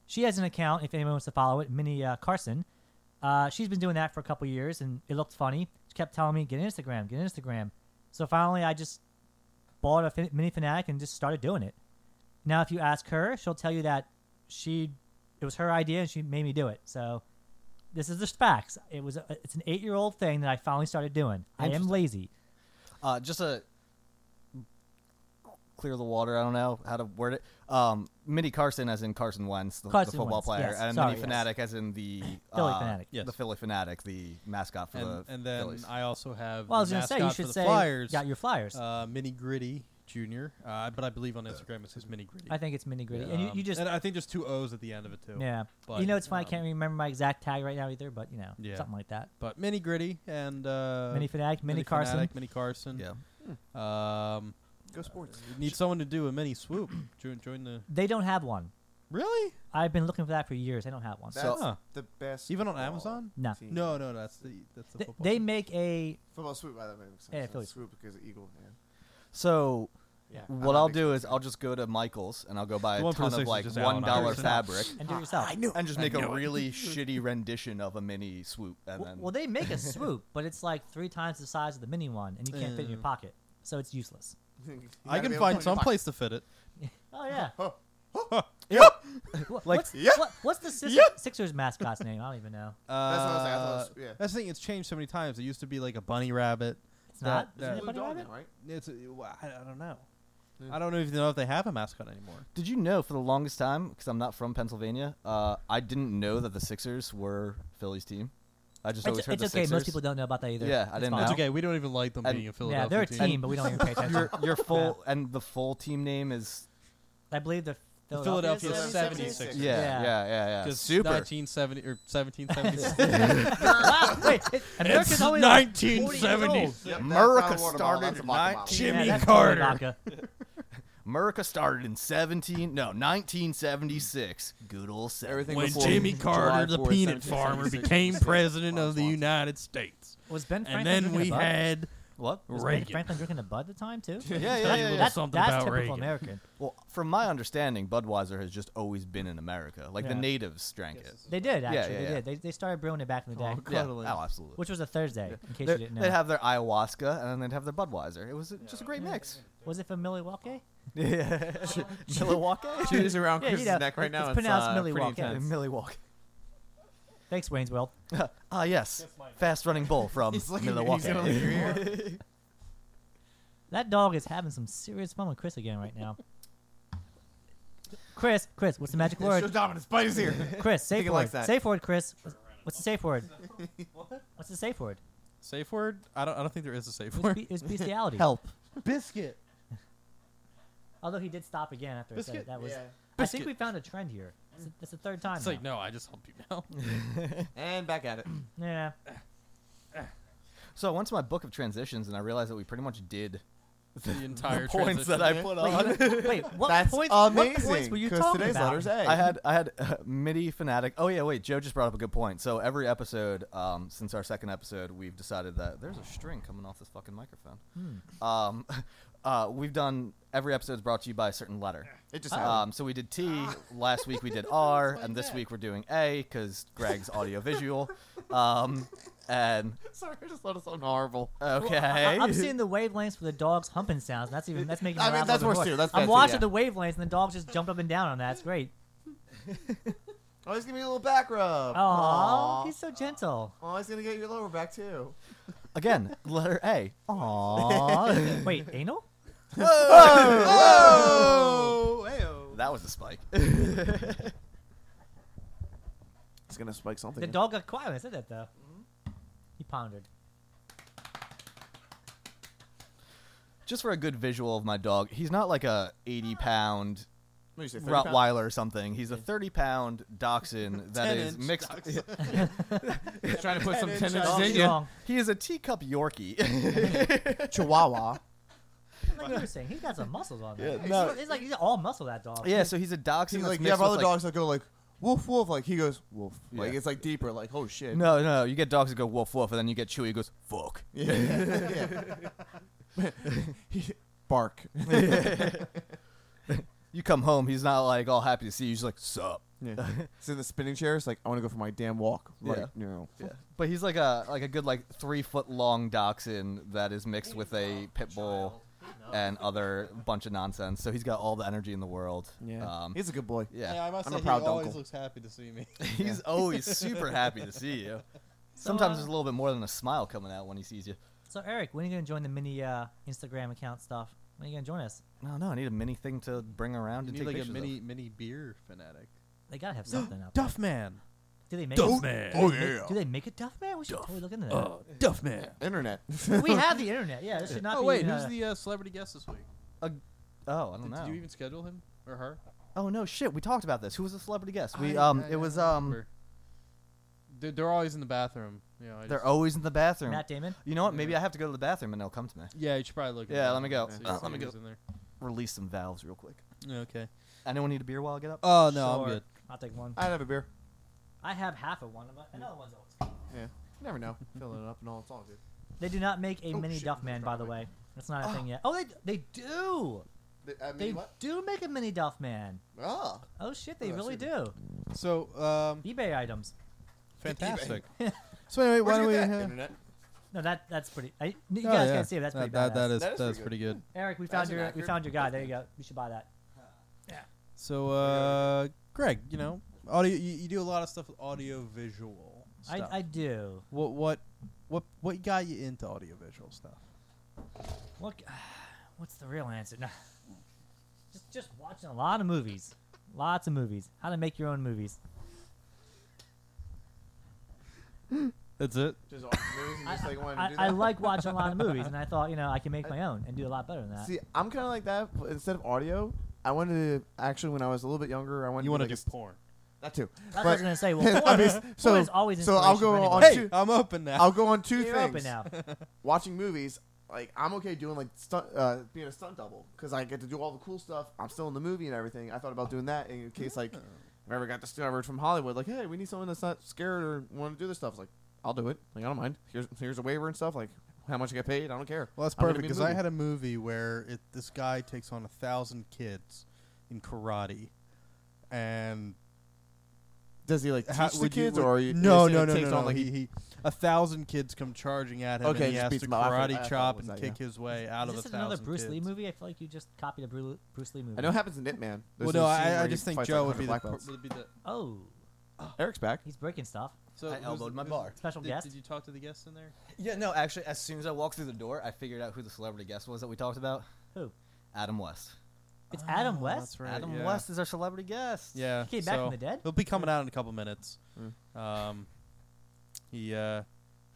She has an account. If anyone wants to follow it, Minnie uh, Carson. Uh, Uh, she's been doing that for a couple years, and it looked funny. She kept telling me, "Get Instagram, get Instagram." So finally, I just bought a fin- mini fanatic and just started doing it. Now, if you ask her, she'll tell you that she it was her idea and she made me do it. So this is just facts. It was a, it's an eight year old thing that I finally started doing. I am Interesting. lazy. Uh, just a clear the water. I don't know how to word it. Um, Minnie Carson, as in Carson Wentz, the, the Carson football Wentz, player, yes. and Sorry, Minnie yes. Fanatic, as in the Philly uh, Fanatic. the Yes. Philly Fanatic, the mascot for And, the and then Phillies. I also have Well, I was the gonna say you mascot for should the say Flyers, got your flyers. uh, Mini Gritty Junior. Uh, but I believe on Instagram it says Mini Gritty. I think it's mini gritty, and you, Um, you just and I think there's two O's at the end of it too. yeah. but, you know, it's funny. I um, can't remember my exact tag right now either, but you know, Yeah. something like that. But Mini Gritty and uh, Mini fanatic, mini, Carson. Fanatic, Mini Carson. yeah. Yeah. Um, Go sports. you need someone to do a mini swoop. join, join the. They don't have one. Really? I've been looking for that for years. They don't have one. That's So- Huh. the best. Even on football Amazon? No. team. No, no, that's the that's the They, football. they make a Football swoop, by the way. makes Yeah, sense. Philly swoop because of Eagle, man. So Yeah. what I'll do is I'll just go to Michaels and I'll go buy The a one for the ton of Sixers like is Allen one dollar Iverson. fabric and do Ah, it yourself. and just make a really shitty rendition of a mini swoop and Well, then well, they make a swoop, but it's like three times the size of the mini one, and you can't fit in your Yeah. pocket, so it's useless. I can find some place to fit it. Oh yeah. Yep. Wha- Like, what's, yeah. what- what's the Sixers, Yeah. Sixers mascot's name? I don't even know. That's what I was like, I thought it was- yeah. Uh, That's the thing. It's changed so many times. It used to be like a bunny rabbit. It's That- not. Isn't that- it Bunny Rabbit? right? It's. a- well, I, I don't know. I don't know if they know if they have a mascot anymore. Did you know for the longest time, because I'm not from Pennsylvania, uh, I didn't know that the Sixers were Philly's team. I just always It's, heard it's the okay. Sixers. Most people don't know about that either. Yeah, It's I didn't fine. know. It's Wow. okay. We don't even like them And- being a Philadelphia Yeah, they're a team, team. but we don't even pay attention. Your, your full and the full team name is I believe the The Philadelphia. Philadelphia 76ers. 76ers. yeah Yeah. yeah yeah yeah Because super. 1970 or 1776. Wait, it, America's always like 40 years old. 1970s. Yep, that's America not a watermelon, started that's a in guacamole. 19 Yeah, Jimmy that's Carter. Vodka. America started in 17 no 1976. Good old seven. Everything When before Jimmy July Carter, the 4th, peanut farmer, 1776. became president of the Lots. United States. Was Ben Franklin And then drinking we a bud? had What? Was Ben Reagan. Franklin drinking a bud at the time too? Yeah yeah yeah. yeah. little That's, something that's about typical Reagan. American. Well, from my understanding, Budweiser has just always been in America. Like Yeah. the natives drank it. They did actually. yeah, they yeah. did. They, they started brewing it back in the day, Yeah. Oh, Cuddling. absolutely. which was a Thursday. In case you They're- didn't know, They'd have their ayahuasca and then they'd have their Budweiser. It was a- just a great mix. was it from Milwaukee? Milwaukee? She is around Yeah, you Chris's know, neck right now. it's pronounced uh, pretty Milwaukee. intense. Milwaukee. Thanks, Wayne's World. Ah, yes. Fast running bull from He's looking at you, he's Milwaukee. gonna look at your ear. That dog is having some serious fun with Chris again right now. Chris, Chris, what's the magic Show word? dominance. Bite his ear. Chris, safe he word. likes that. Safe word, Chris. What's the safe word? What's the safe word? Safe word? I don't. I don't think there is a safe It was, word. be- it was bestiality. Help. Biscuit. Although he did stop again after I said it. Biscuit. that was. Yeah. I think Biscuit. we found a trend here. It's, it's the third time. It's like now. no. I just help you now. And back at it. Yeah. So I went to my book of transitions and I realized that we pretty much did the entire points that I put on. Wait, what That's points? amazing. What points were you 'cause talking today's about? letter's A. I had I had uh, MIDI fanatic. Oh yeah, wait. Joe just brought up a good point. So every episode, um, since our second episode, we've decided that there's a string coming off this fucking microphone. Um, uh, we've done every episode is brought to you by a certain letter. It just Um, happened. so we did T last week. We did R, and this week we're doing A because Greg's audiovisual. Um, and Sorry, I just thought it sound horrible. okay, I- I'm seeing the wavelengths for the dog's humping sounds. That's even that's making. me I mean, laugh that's even worse more. too. That's bad I'm too, watching yeah. the wavelengths, and the dog just jumped up and down on that. It's great. Oh, he's gonna be a little back rub. Oh, Aw. he's so gentle. Oh, he's gonna get your lower back too. again letter A. Aww. Wait, anal? Oh, that was a spike. it's gonna spike something. The dog got quiet when I said that though. He pondered. just for a good visual of my dog, he's not like a 80 pound What do you say, 30 pound? Rottweiler or something. He's a 30 pound dachshund that is Ten-inch mixed. Trying to put some The tendons dog in is you. wrong. He is a teacup Yorkie. Chihuahua. Like you were saying, he's got some muscles on him. no. He's- he's like he's all muscle. That dog. yeah, so he's a He's dachshund. that's like, you mixed have other with, like- dogs that go like, woof, woof. Like, he goes, woof. Like, Yeah. it's like deeper. Like, oh, shit. No, no, you get dogs that go woof woof, and then you get Chewy who goes fuck. Yeah. yeah. Bark. You come home, he's not like all happy to see you. He's like, "Sup?" Yeah. it's in the spinning chair. It's like I want to go for my damn walk. Right. Yeah. You know. Yeah. But he's like a like a good like three foot long dachshund that is mixed with a pit bull and other bunch of nonsense. So he's got all the energy in the world. Um, He's a good boy. yeah. I must I'm say a proud he always dunkle. looks happy to see me. He's always super happy to see you. uh, Sometimes there's a little bit more than a smile coming out when he sees you. So Eric, when are you gonna join the mini uh, Instagram account stuff? When are you gonna join us? No, no, I need a mini thing to bring around You and need take like a pictures of. mini mini beer fanatic. They gotta have something up. Duffman. Do they make a, Duffman. Do they, make, do they make a Duff Man? We should totally look into that. Uh, Duffman. Internet. we have the internet. Yeah, this should not Oh be. wait, uh, who's the uh, celebrity guest this week? Oh, I don't Did, know. did you even schedule him or her? Oh no, shit. We talked about this. Who was the celebrity guest? We I- um, I- I it was don't um, remember. They're, they're always in the bathroom. You know, I they're just- always in the bathroom. Matt Damon? You know what? Maybe I have to go to the bathroom and they'll come to me. Yeah, you should probably look. at Yeah, that let me go. one, see- Uh, see let me who's go. in there. Release some valves real quick. Yeah, Okay. Anyone need a beer while I get up? Oh no, Sure. I'm good. I'll take one. I'd have a beer. I have half of one. but Another one's always. Yeah. Never know. Fill it up and all. It's all good. They do not make a Oh, mini shit, Duff I'm Man, by the way. That's not a thing yet. Oh, they they do. They do make a mini Duff Man. Oh. Oh shit, they Oh, really shit. do. So, um, eBay items. fantastic. so anyway, why don't we? uh, Internet. No, that that's pretty. I, you oh, guys yeah. can't see it. That's pretty that, that, that badass. is That is that's pretty pretty good. Eric, we That's found your inaccurate. we found your guy. There you go. You should buy that. So, uh, Greg, you know, audio. You, you do a lot of stuff with audio visual. I, I do. what what what what got you into audio visual stuff? What? What's the real answer? No. Just just watching a lot of movies, lots of movies. How to make your own movies. That's it. Just all movies and just like wanting to I, do I that. like watching a lot of movies, and I thought you know I can make my own and do a lot better than that. See, I'm kind of like that. but Instead of audio, I wanted to actually when I was a little bit younger, I wanted You want to do like a- porn? that too. That's what I was gonna say. Well, I porn, mean, so, so- is always so I'll inspiration for go anybody. on two- Hey, I'm open now. I'll go on 2 You're things. open now. Watching movies, like I'm okay doing like stunt, uh, being a stunt double because I get to do all the cool stuff. I'm still in the movie and everything. I thought about doing that in case like if I ever got discovered from Hollywood, like hey, we need someone that's not scared or want to do this stuff. It's like I'll do it. Like I don't mind. Here's here's a waiver and stuff. Like how much I get paid, I don't care. Well, that's I'm gonna perfect be in because the I movie. had a movie where it, this guy takes on a thousand kids in karate, and Does he like teach how, the would you- kids would- or are you no, you no, said it no, takes no, on, no. like he, he, a thousand kids come charging at him, Okay, and he just has beats to them up. I thought- I karate thought it chop was and that, kick his way out Is of this a thousand another Bruce kids. Lee movie? I feel like you just copied a Bru- Bruce Lee movie. I know it happens in Hitman. Well, There's no, a scene where I, I he just think fights, Joe like, would 100 be the, black belts. would be the. Oh, Eric's back. he's breaking stuff. So I who's elbowed the- my who's- bar. Special Did, guest. did you talk to the guests in there? Yeah, no, actually, as soon as I walked through the door, I figured out who the celebrity guest was that we talked about. Who? Adam West. It's Adam West. Oh, That's right. Adam yeah. West is our celebrity guest. Yeah. He came back from so the dead? Hmm. He'll be coming out in a couple minutes. Um, he, uh,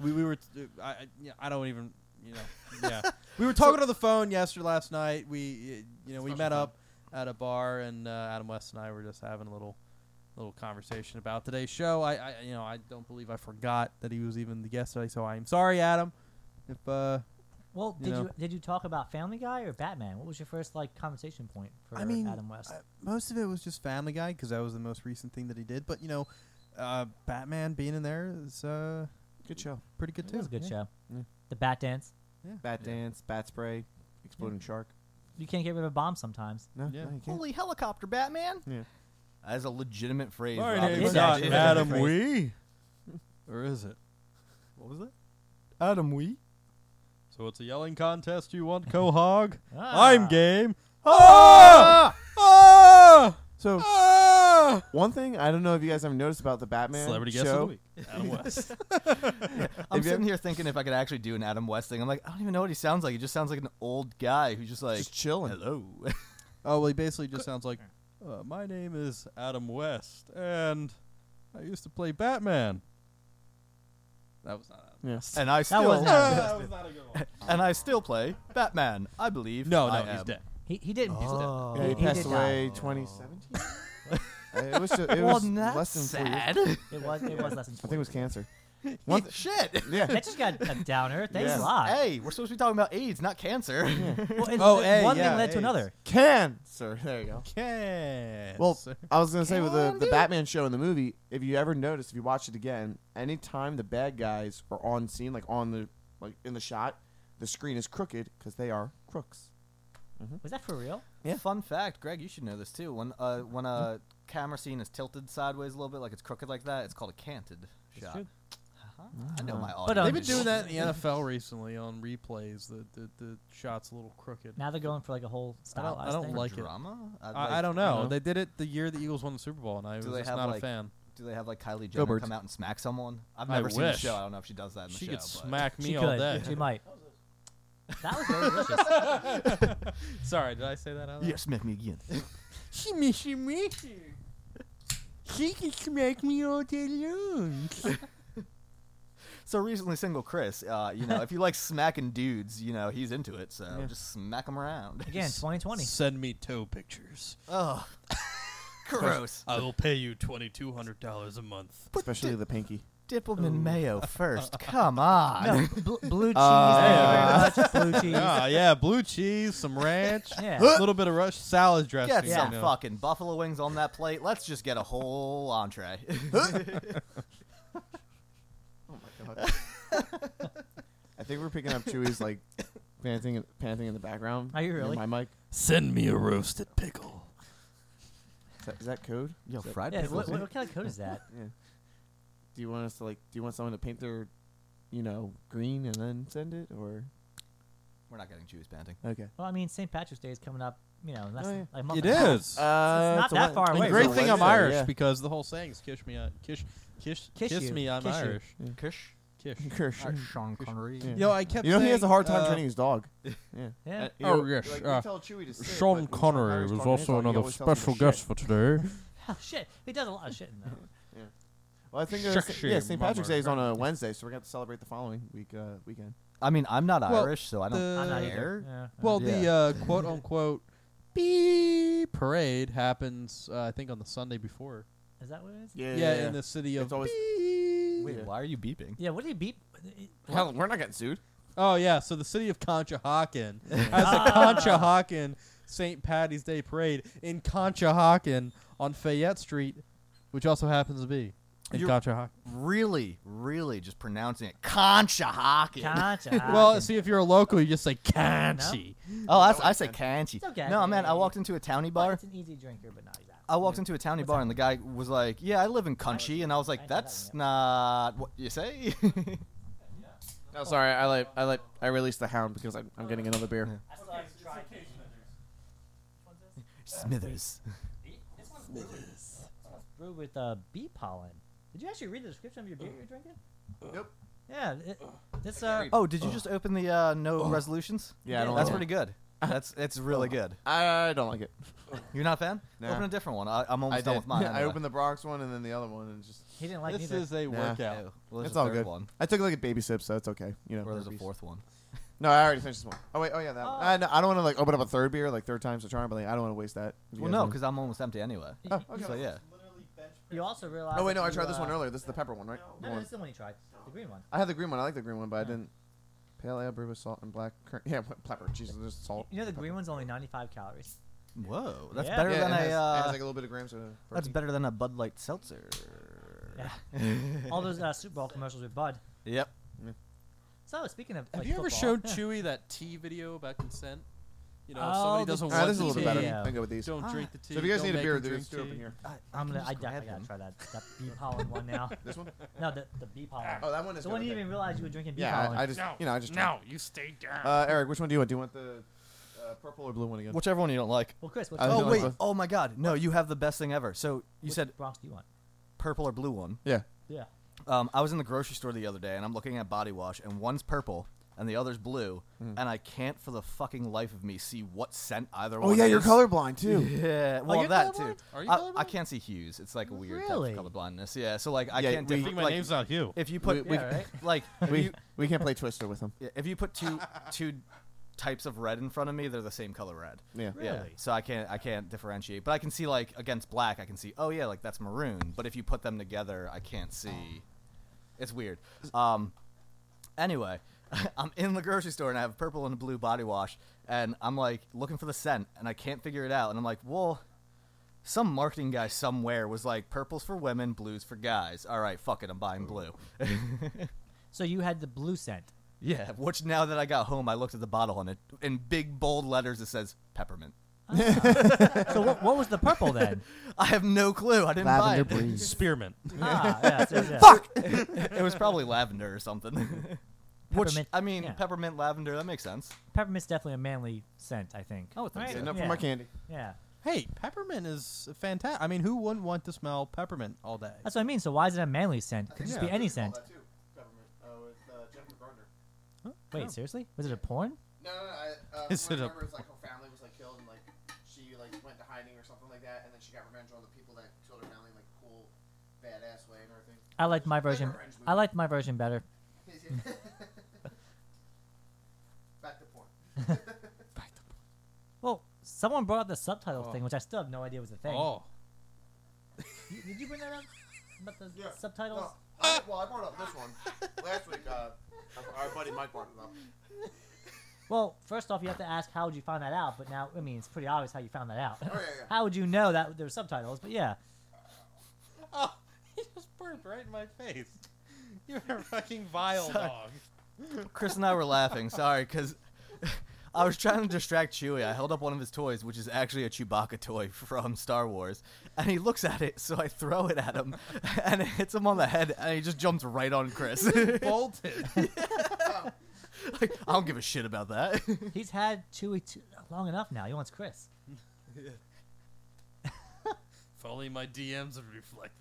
we, we were, t- uh, I, I, yeah, I don't even, you know, yeah. we were talking on the phone yesterday, last night. We, uh, you know, we Special met phone. up at a bar and, uh, Adam West and I were just having a little, little conversation about today's show. I, I, you know, I don't believe I forgot that he was even the guest today. So I'm sorry, Adam. If, uh, Well, you did know. you did you talk about Family Guy or Batman? What was your first like conversation point for I mean, Adam West? uh, most of it was just Family Guy because that was the most recent thing that he did. But you know, uh, Batman being in there is uh, Good show. pretty good it too. was a good Yeah. show. Yeah. The Bat Dance. Bat dance, bat spray, exploding shark. You can't get rid of a bomb sometimes. No, Yeah. no, you can't. Holy helicopter, Batman! Yeah. That is a legitimate phrase. My Rob. name's It's not actually a legitimate Adam phrase. Wee, or is it? What was that? Adam Wee? So it's a yelling contest. You want Cohog? Ah. I'm game. Ah! Ah! So Ah! one thing I don't know if you guys ever noticed about the Batman Celebrity guest of the show. week, Adam West. I'm If you- sitting here thinking if I could actually do an Adam West thing. I'm like, I don't even know what he sounds like. He just sounds like an old guy who's just like, Just chilling. hello. oh well, he basically just sounds like. Uh, my name is Adam West, and I used to play Batman. That was not Adam. Yes. and I still, wasn't Adam that was not a good one. and I still play Batman. I believe. No, no, I he's am. dead. He he didn't. Oh. Yeah, he, He- he passed did away 2017. Uh, it was, ju- it Well, was that's less than four years. sad. It was it was less than. I think it was cancer. One One th- shit. Yeah. That just got a downer. Thanks Yeah. a lot. Hey, we're supposed to be talking about AIDS, not cancer. Well, it's- Oh, it's hey, one yeah, thing led hey. to another. Cancer. There you go. Yes. Well, I was gonna say with the, the Batman show in the movie, if you ever noticed, if you watch it again, anytime the bad guys are on scene, like on the like in the shot, the screen is crooked because they are crooks. Was that for real? Yeah. Fun fact, Greg, you should know this too. When uh, when a camera scene is tilted sideways a little bit, like it's crooked like that, it's called a canted shot. true. Uh-huh. I know my audience. But, um, They've been doing that in the NFL recently on replays. The the, the shot's a little crooked. Now they're going for like a whole I don't- stylized I don't thing. like- it. drama. I'd like- I, I don't know. know. They did it the year the Eagles won the Super Bowl, and I was they just have, not like, a fan. Do they have like Kylie Jenner birds. come out and smack someone? I've I never seen the wish. show. I don't know if she does that in the She show. could but- smack me she all could. day. She might. That was very delicious. Sorry, did I say that out loud? Yeah, smack me again. She me, she me. She can smack me all day long. so recently single Chris, uh, you know, if you like smacking dudes, you know, he's into it. So just smack him around. Again, 2020. Send me toe pictures. Oh, gross. I will pay you twenty two hundred dollars a month. Especially the pinky. Dip him in mayo first. Come on. No, bl- blue cheese. Uh, thank you very much. Blue cheese. Ah, yeah, blue cheese, some ranch, Yeah. a little bit of rush salad dressing. Get you some know. fucking buffalo wings on that plate. Let's just get a whole entree. I think we're picking up Chewie's like panting, panting in the background. Are you near really? My mic. Send me a roasted pickle. Is that, is that code? Yo, Is that- fried Yeah, pickles. what, what, what kind of code is that? Yeah. Do you want us to like? Do you want someone to paint their, you know, green and then send it, or We're not getting Jews panting. okay? Well, I mean, St. Patrick's Day is coming up. You know, that's Oh, yeah. like a month It and a half. is. Uh, not it's a that Wed- far And away. great it's a thing I'm Wednesday, Irish yeah. because the whole saying is "kiss me, I- kiss, kiss, Kiss kiss, you. me, I'm Kiss you. Irish." Kish. Kish. Kirsch. Sean Connery. Yeah. Yo, I kept. You know he has saying, a hard time uh, training his dog. Yeah. Yeah. Uh, Oh, you know, yes, like, we uh, tell Chewie to sit, but Sean when Connery Connery's was talking to his also dog, he another always tells him to special shit. guest for today. Oh, shit. He does a lot of shit in that. Well, I think uh, Shucks, yeah, you St. Patrick's mummer. Day is on a Wednesday, so we're gonna have to celebrate the following week uh, weekend. I mean, I'm not Well, Irish, so I don't. the- I'm not Air? either. Yeah. Uh, Well, the Yeah. uh, quote unquote beep parade happens, uh, I think, on the Sunday before. Is that what it is? Yeah, in the city of. It's always- Beep. Wait, why are you beeping? Yeah, what did he beat? Hell, we're not getting sued. Oh yeah, so the city of Conshohocken has a Conshohocken St. Patty's Day parade in Conshohocken on Fayette Street, which also happens to be in You're- Conshohocken. Really, really, just pronouncing it Conshohocken. Gotcha. Well, see if you're a local, you just say Conchi. oh, I, s- I say Canchi. It's okay, No, I man, can- I walked into a townie bar. It's an easy drinker, but not exactly. I walked into a townie bar and the guy was like, "Yeah, I live in Cunchy," and I was I like, know that "That's one, not what you say." No, sorry, I like I like I released the hound because I'm, I'm getting another beer. Smithers. Brewed with uh, bee pollen. Did you actually read the description of your beer you're drinking? Nope. Yeah, it, this uh, Oh, did you just open the uh, no resolutions? Yeah, I don't that's like pretty good. That's it's really good. I don't like it. You're not a fan? No. Open a different one. I, I'm almost done with mine. I opened the Bronx one and then the other one, and it's just he didn't like this neither. is a Nah. workout. Well, there's it's a all third good. One, I took like a baby sip, so it's okay. You know, or there's a herpes. fourth one. No, I already finished this one. Oh wait, oh yeah, that. Oh. One. I, no, I don't want to like open up a third beer like third time's a charm, but like I don't want to waste that. If you Well, guys no, know. because I'm almost empty anyway. Oh, okay. So yeah. you also realized. Oh wait, no, that I you, tried this one uh, earlier. This is the pepper one, right? The No, no, one- this is the one you tried. The green one. I had the green one. I like the green one, but I didn't. Pale ale brewed with salt and black currant. Yeah, what- pepper. Jesus, there's salt. You know the green one's only 95 calories. Whoa, that's Yeah. better Yeah, than it has, a. it has, Uh, like a little bit of grams of. that's protein. better than a Bud Light seltzer. Yeah. All those uh, Super Bowl commercials with Bud. Yep. So speaking of, Have like, you ever football, showed yeah. Chewy that tea E video about consent? You know, Oh, if somebody the doesn't All right, want this is a the little bit tea, better. Yeah. I can go with these. So Don't Ah. drink the tea. if you guys don't need a make beer, them there's drink two open tea. here. I'm gonna. I, just grab definitely gotta one. try that. That bee pollen one now. This one? No, the the bee pollen. Oh, that one is. the good, one you okay. didn't even realize you were drinking bee Yeah, pollen. I, I just you know I just no, you stay down. Uh, Eric, which one do you want? Do you want the uh, purple or blue one again? Whichever one you don't like. well, Chris, what I Oh don't wait! like both. Oh my God! No, you have the best thing ever. So you said Bronx do you want? purple or blue one. Yeah. Yeah. Um, I was in the grocery store the other day, and I'm looking at body wash, and one's purple and the other's blue, Mm-hmm. and I can't for the fucking life of me see what scent either one. is. Oh, colorblind too. Yeah, well you're that colorblind? too. Are you I, I colorblind? can't see hues. It's like a weird Really? type of colorblindness. Yeah, so like I Yeah, can't. we- differ- like, not Hugh. If you put We- we- yeah, right. like if we you, we can't play Twister with him. yeah, if you put two two types of red in front of me, they're the same color red. Yeah. Yeah, Really? so I can't I can't differentiate, but I can see like against black, I can see oh yeah, like that's maroon. But if you put them together, I can't see. It's weird. Um, anyway, I'm in the grocery store and I have purple and blue body wash, and I'm like looking for the scent, and I can't figure it out, and I'm like, well, some marketing guy somewhere was like, purple's for women, blues for guys. All right, fuck it, I'm buying blue. So you had the blue scent. Yeah, which now that I got home, I looked at the bottle and it in big bold letters it says peppermint. So what, what was the purple then? I have no clue. I didn't Lavender buy it. breeze. Spearmint. ah, yes, yes, yes. Fuck. it was probably lavender or something. which Peppermint, I mean, yeah. peppermint lavender. That makes sense. Peppermint's definitely a manly scent, I think. I would think Right? so. Enough yeah. for my candy. Yeah. Hey, peppermint is fantastic. I mean, who wouldn't want to smell peppermint all day? That's what I mean. So why is it a manly scent? Could just be any scent. Wait, seriously? Was it a porn? No, no, no. I, uh, Is from it what I a- remember, it's like her family was like killed, and like she like went to hiding or something like that, and then she got revenge on the people that killed her family in like a cool, badass way and everything. I liked my version. Revenge movie. I liked my version better. Back to porn. Well, someone brought up the subtitle Oh. thing, which I still have no idea was a thing. Oh, You- Did you bring that up? About the Yeah. subtitles? No, I, well, I brought up this one last week. Uh, our buddy Mike brought it up. Well, first off, you have to ask how would you find that out. But now, I mean, it's pretty obvious how you found that out. Oh, yeah, yeah. how would you know that there were subtitles? But yeah, oh, he just burped right in my face. You're a fucking vile dog. Chris and I were laughing. Sorry, because I was trying to distract Chewie. I held up one of his toys, which is actually a Chewbacca toy from Star Wars, and he looks at it. So I throw it at him, and it hits him on the head, and he just jumps right on Chris. Bolted. like, I don't give a shit about that. he's had Chewy too, long enough now. He wants Chris. if only my DMs would reflect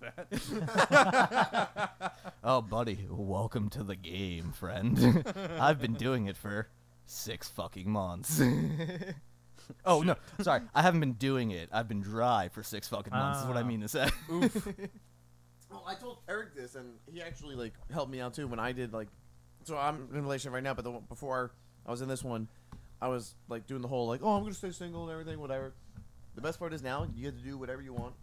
that. oh, buddy, welcome to the game, friend. I've been doing it for six fucking months. oh no, sorry, I haven't been doing it. I've been dry for six fucking months. is what I Ah. mean to say. Well, I told Eric this, and he actually like helped me out too when I did like. So I'm in a relationship right now, but the, one- before I was in this one, I was like doing the whole like, oh, I'm gonna stay single and everything, whatever. The best part is now you get to do whatever you want.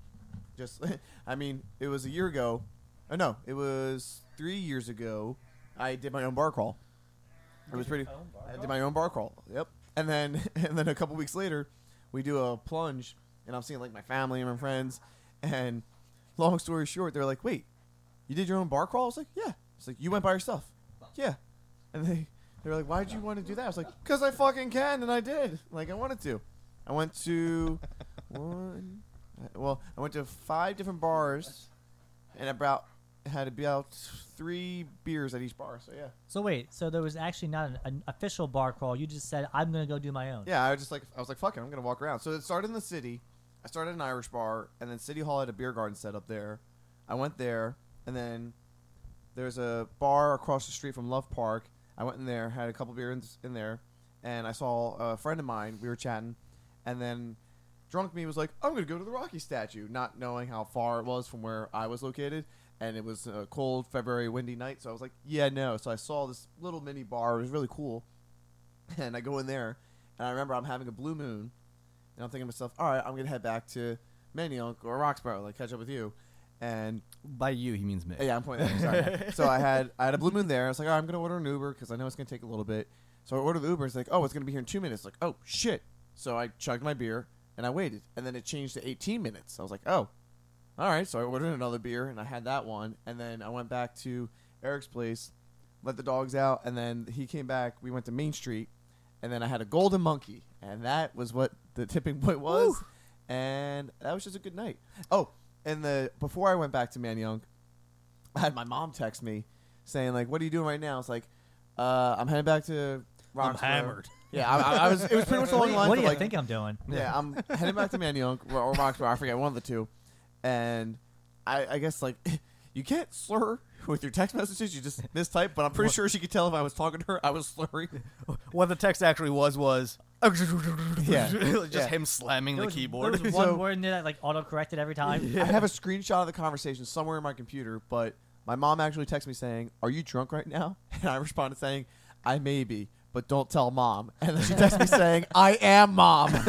Just, I mean, it was a year ago. Oh no, it was three years ago. I did my own bar crawl. It was pretty. I did my own bar crawl. Yep. And then and then a couple weeks later, we do a plunge, and I'm seeing like my family and my friends. And long story short, they're like, "Wait, you did your own bar crawl?" I was like, "Yeah." It's like you went by yourself. Yeah. And they they were like, "Why'd you want to do that?" I was like, "Cause I fucking can," and I did. Like I wanted to. I went to one. Well, I went to five different bars, and about had about three beers at each bar. So yeah. So wait, so there was actually not an, an official bar crawl. You just said I'm gonna go do my own. Yeah, I was just like, I was like, fuck it, I'm gonna walk around. So it started in the city. I started at an Irish bar, and then City Hall had a beer garden set up there. I went there, and then there's a bar across the street from Love Park. I went in there, had a couple beers in there, and I saw a friend of mine. We were chatting, and then drunk me was like, I'm gonna go to the Rocky statue, not knowing how far it was from where I was located. And it was a cold February windy night, so I was like, yeah, no. So I saw this little mini bar. It was really cool and I go in there, and I remember I'm having a blue moon, and I'm thinking to myself, all right, I'm gonna head back to Manioc or Roxborough, like catch up with you, and By you, he means me. yeah, I'm pointing. at you, Sorry. so I had I had a blue moon there. I was like, all right, I'm gonna order an Uber because I know it's gonna take a little bit. So I ordered the Uber. It's like, oh, it's gonna be here in two minutes. Like, oh shit. So I chugged my beer and I waited, and then it changed to 18 minutes. I was like, oh, all right. So I ordered another beer and I had that one, and then I went back to Eric's place, let the dogs out, and then he came back. We went to Main Street, and then I had a golden monkey, and that was what the tipping point was. And that was just a good night. Oh, and the before I went back to Manioc, I had my mom text me saying like, "What are you doing right now?" It's like, uh, "I'm heading back to." Roxborough. hammered. Yeah, I, I, I was. It was pretty much What along do the you, lines what of do you like, think I'm doing? yeah, I'm heading back to Manioc or, or Roxborough. I forget one of the two. And I, I guess like you can't slur with your text messages. You just mistype. But I'm pretty sure she could tell if I was talking to her, I was slurring. What the text actually was was Yeah. just Yeah. him slamming There the was- keyboard. There was one So- word in there that like auto-corrected every time. I have a screenshot of the conversation somewhere in my computer. But my mom actually texted me saying, "Are you drunk right now?" And I responded saying, "I may be." But don't tell mom. And then she texted me saying, "I am mom." I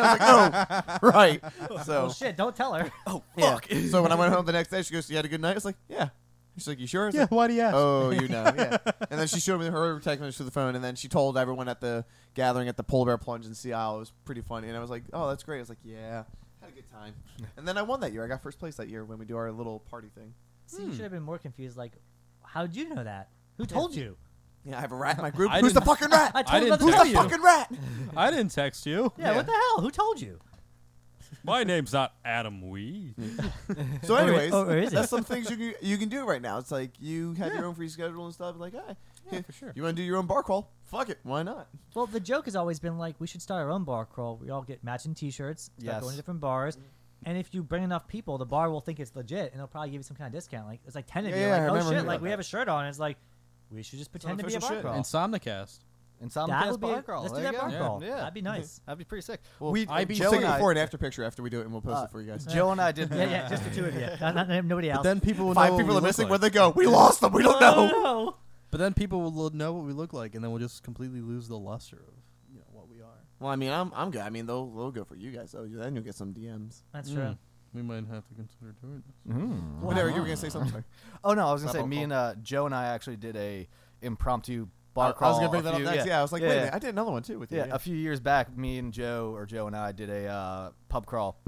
was like, "Oh, right." So Well, shit, don't tell her. oh Yeah. fuck! so when I went home the next day, she goes, "You had a good night." It's like, "Yeah." She's like, "You sure?" I was Yeah, like, why do you ask? Oh, you know, yeah. And then she showed me her text message to the phone, and then she told everyone at the gathering at the polar bear plunge in Seattle. It was pretty funny, and I was like, "Oh, that's great." I was like, "Yeah, had a good time." And then I won that year. I got first place that year when we do our little party thing. See, you should have been more confused. Like, how'd you know that? Who told you? Yeah, I have a rat in my group. I Who's the didn't- fucking rat? I I told him didn't about Who's tell the you. fucking rat? I didn't text you. Yeah, what the hell? Who told you? My name's not Adam Wee. So, Or- anyways, or is it? that's some things you can, you can do right now. It's like you have your own free schedule and stuff. Like, hey, for sure. you want to do your own bar crawl? Fuck it, why not? Well, the joke has always been like we should start our own bar crawl. We all get matching T-shirts, start Yes. going to different bars, and if you bring enough people, the bar will think it's legit, and they'll probably give you some kind of discount. Like it's like ten of Yeah, you, yeah, I like remember oh shit, hearing like about we have that. a shirt on. It's like we should just pretend to be a official bar shit. crawl. Insomnicast. That Insomnicast would be- bar crawl. Let's do there that you bar go. crawl. Yeah. That'd be nice. That'd be pretty sick. Well, we, I be Joe sick and of I, it. before and after picture after we do it, and we'll post Uh, it for you guys. Joe and I did. yeah, yeah, just the two of you. Not, not- nobody else. But then people will Five know people are what we look missing. like. Where'd they go? We lost them. We don't know. no. But then people will know what we look like, and then we'll just completely lose the luster of you know what we are. Well, I mean, I'm I'm good. I mean, they'll they'll go for you guys though. Then you'll get some DMs. That's Mm. true. We might have to consider doing this. Mm. Whatever. You were gonna say something. sorry. Oh no, I was gonna Stop say on me call. and uh, Joe and I actually did a I, I impromptu bar was crawl. gonna bring a that up few- next. Yeah. I was like, yeah, wait a yeah. minute, I did another one too with you. Yeah, a few years back, me and Joe or Joe and I did a uh, pub crawl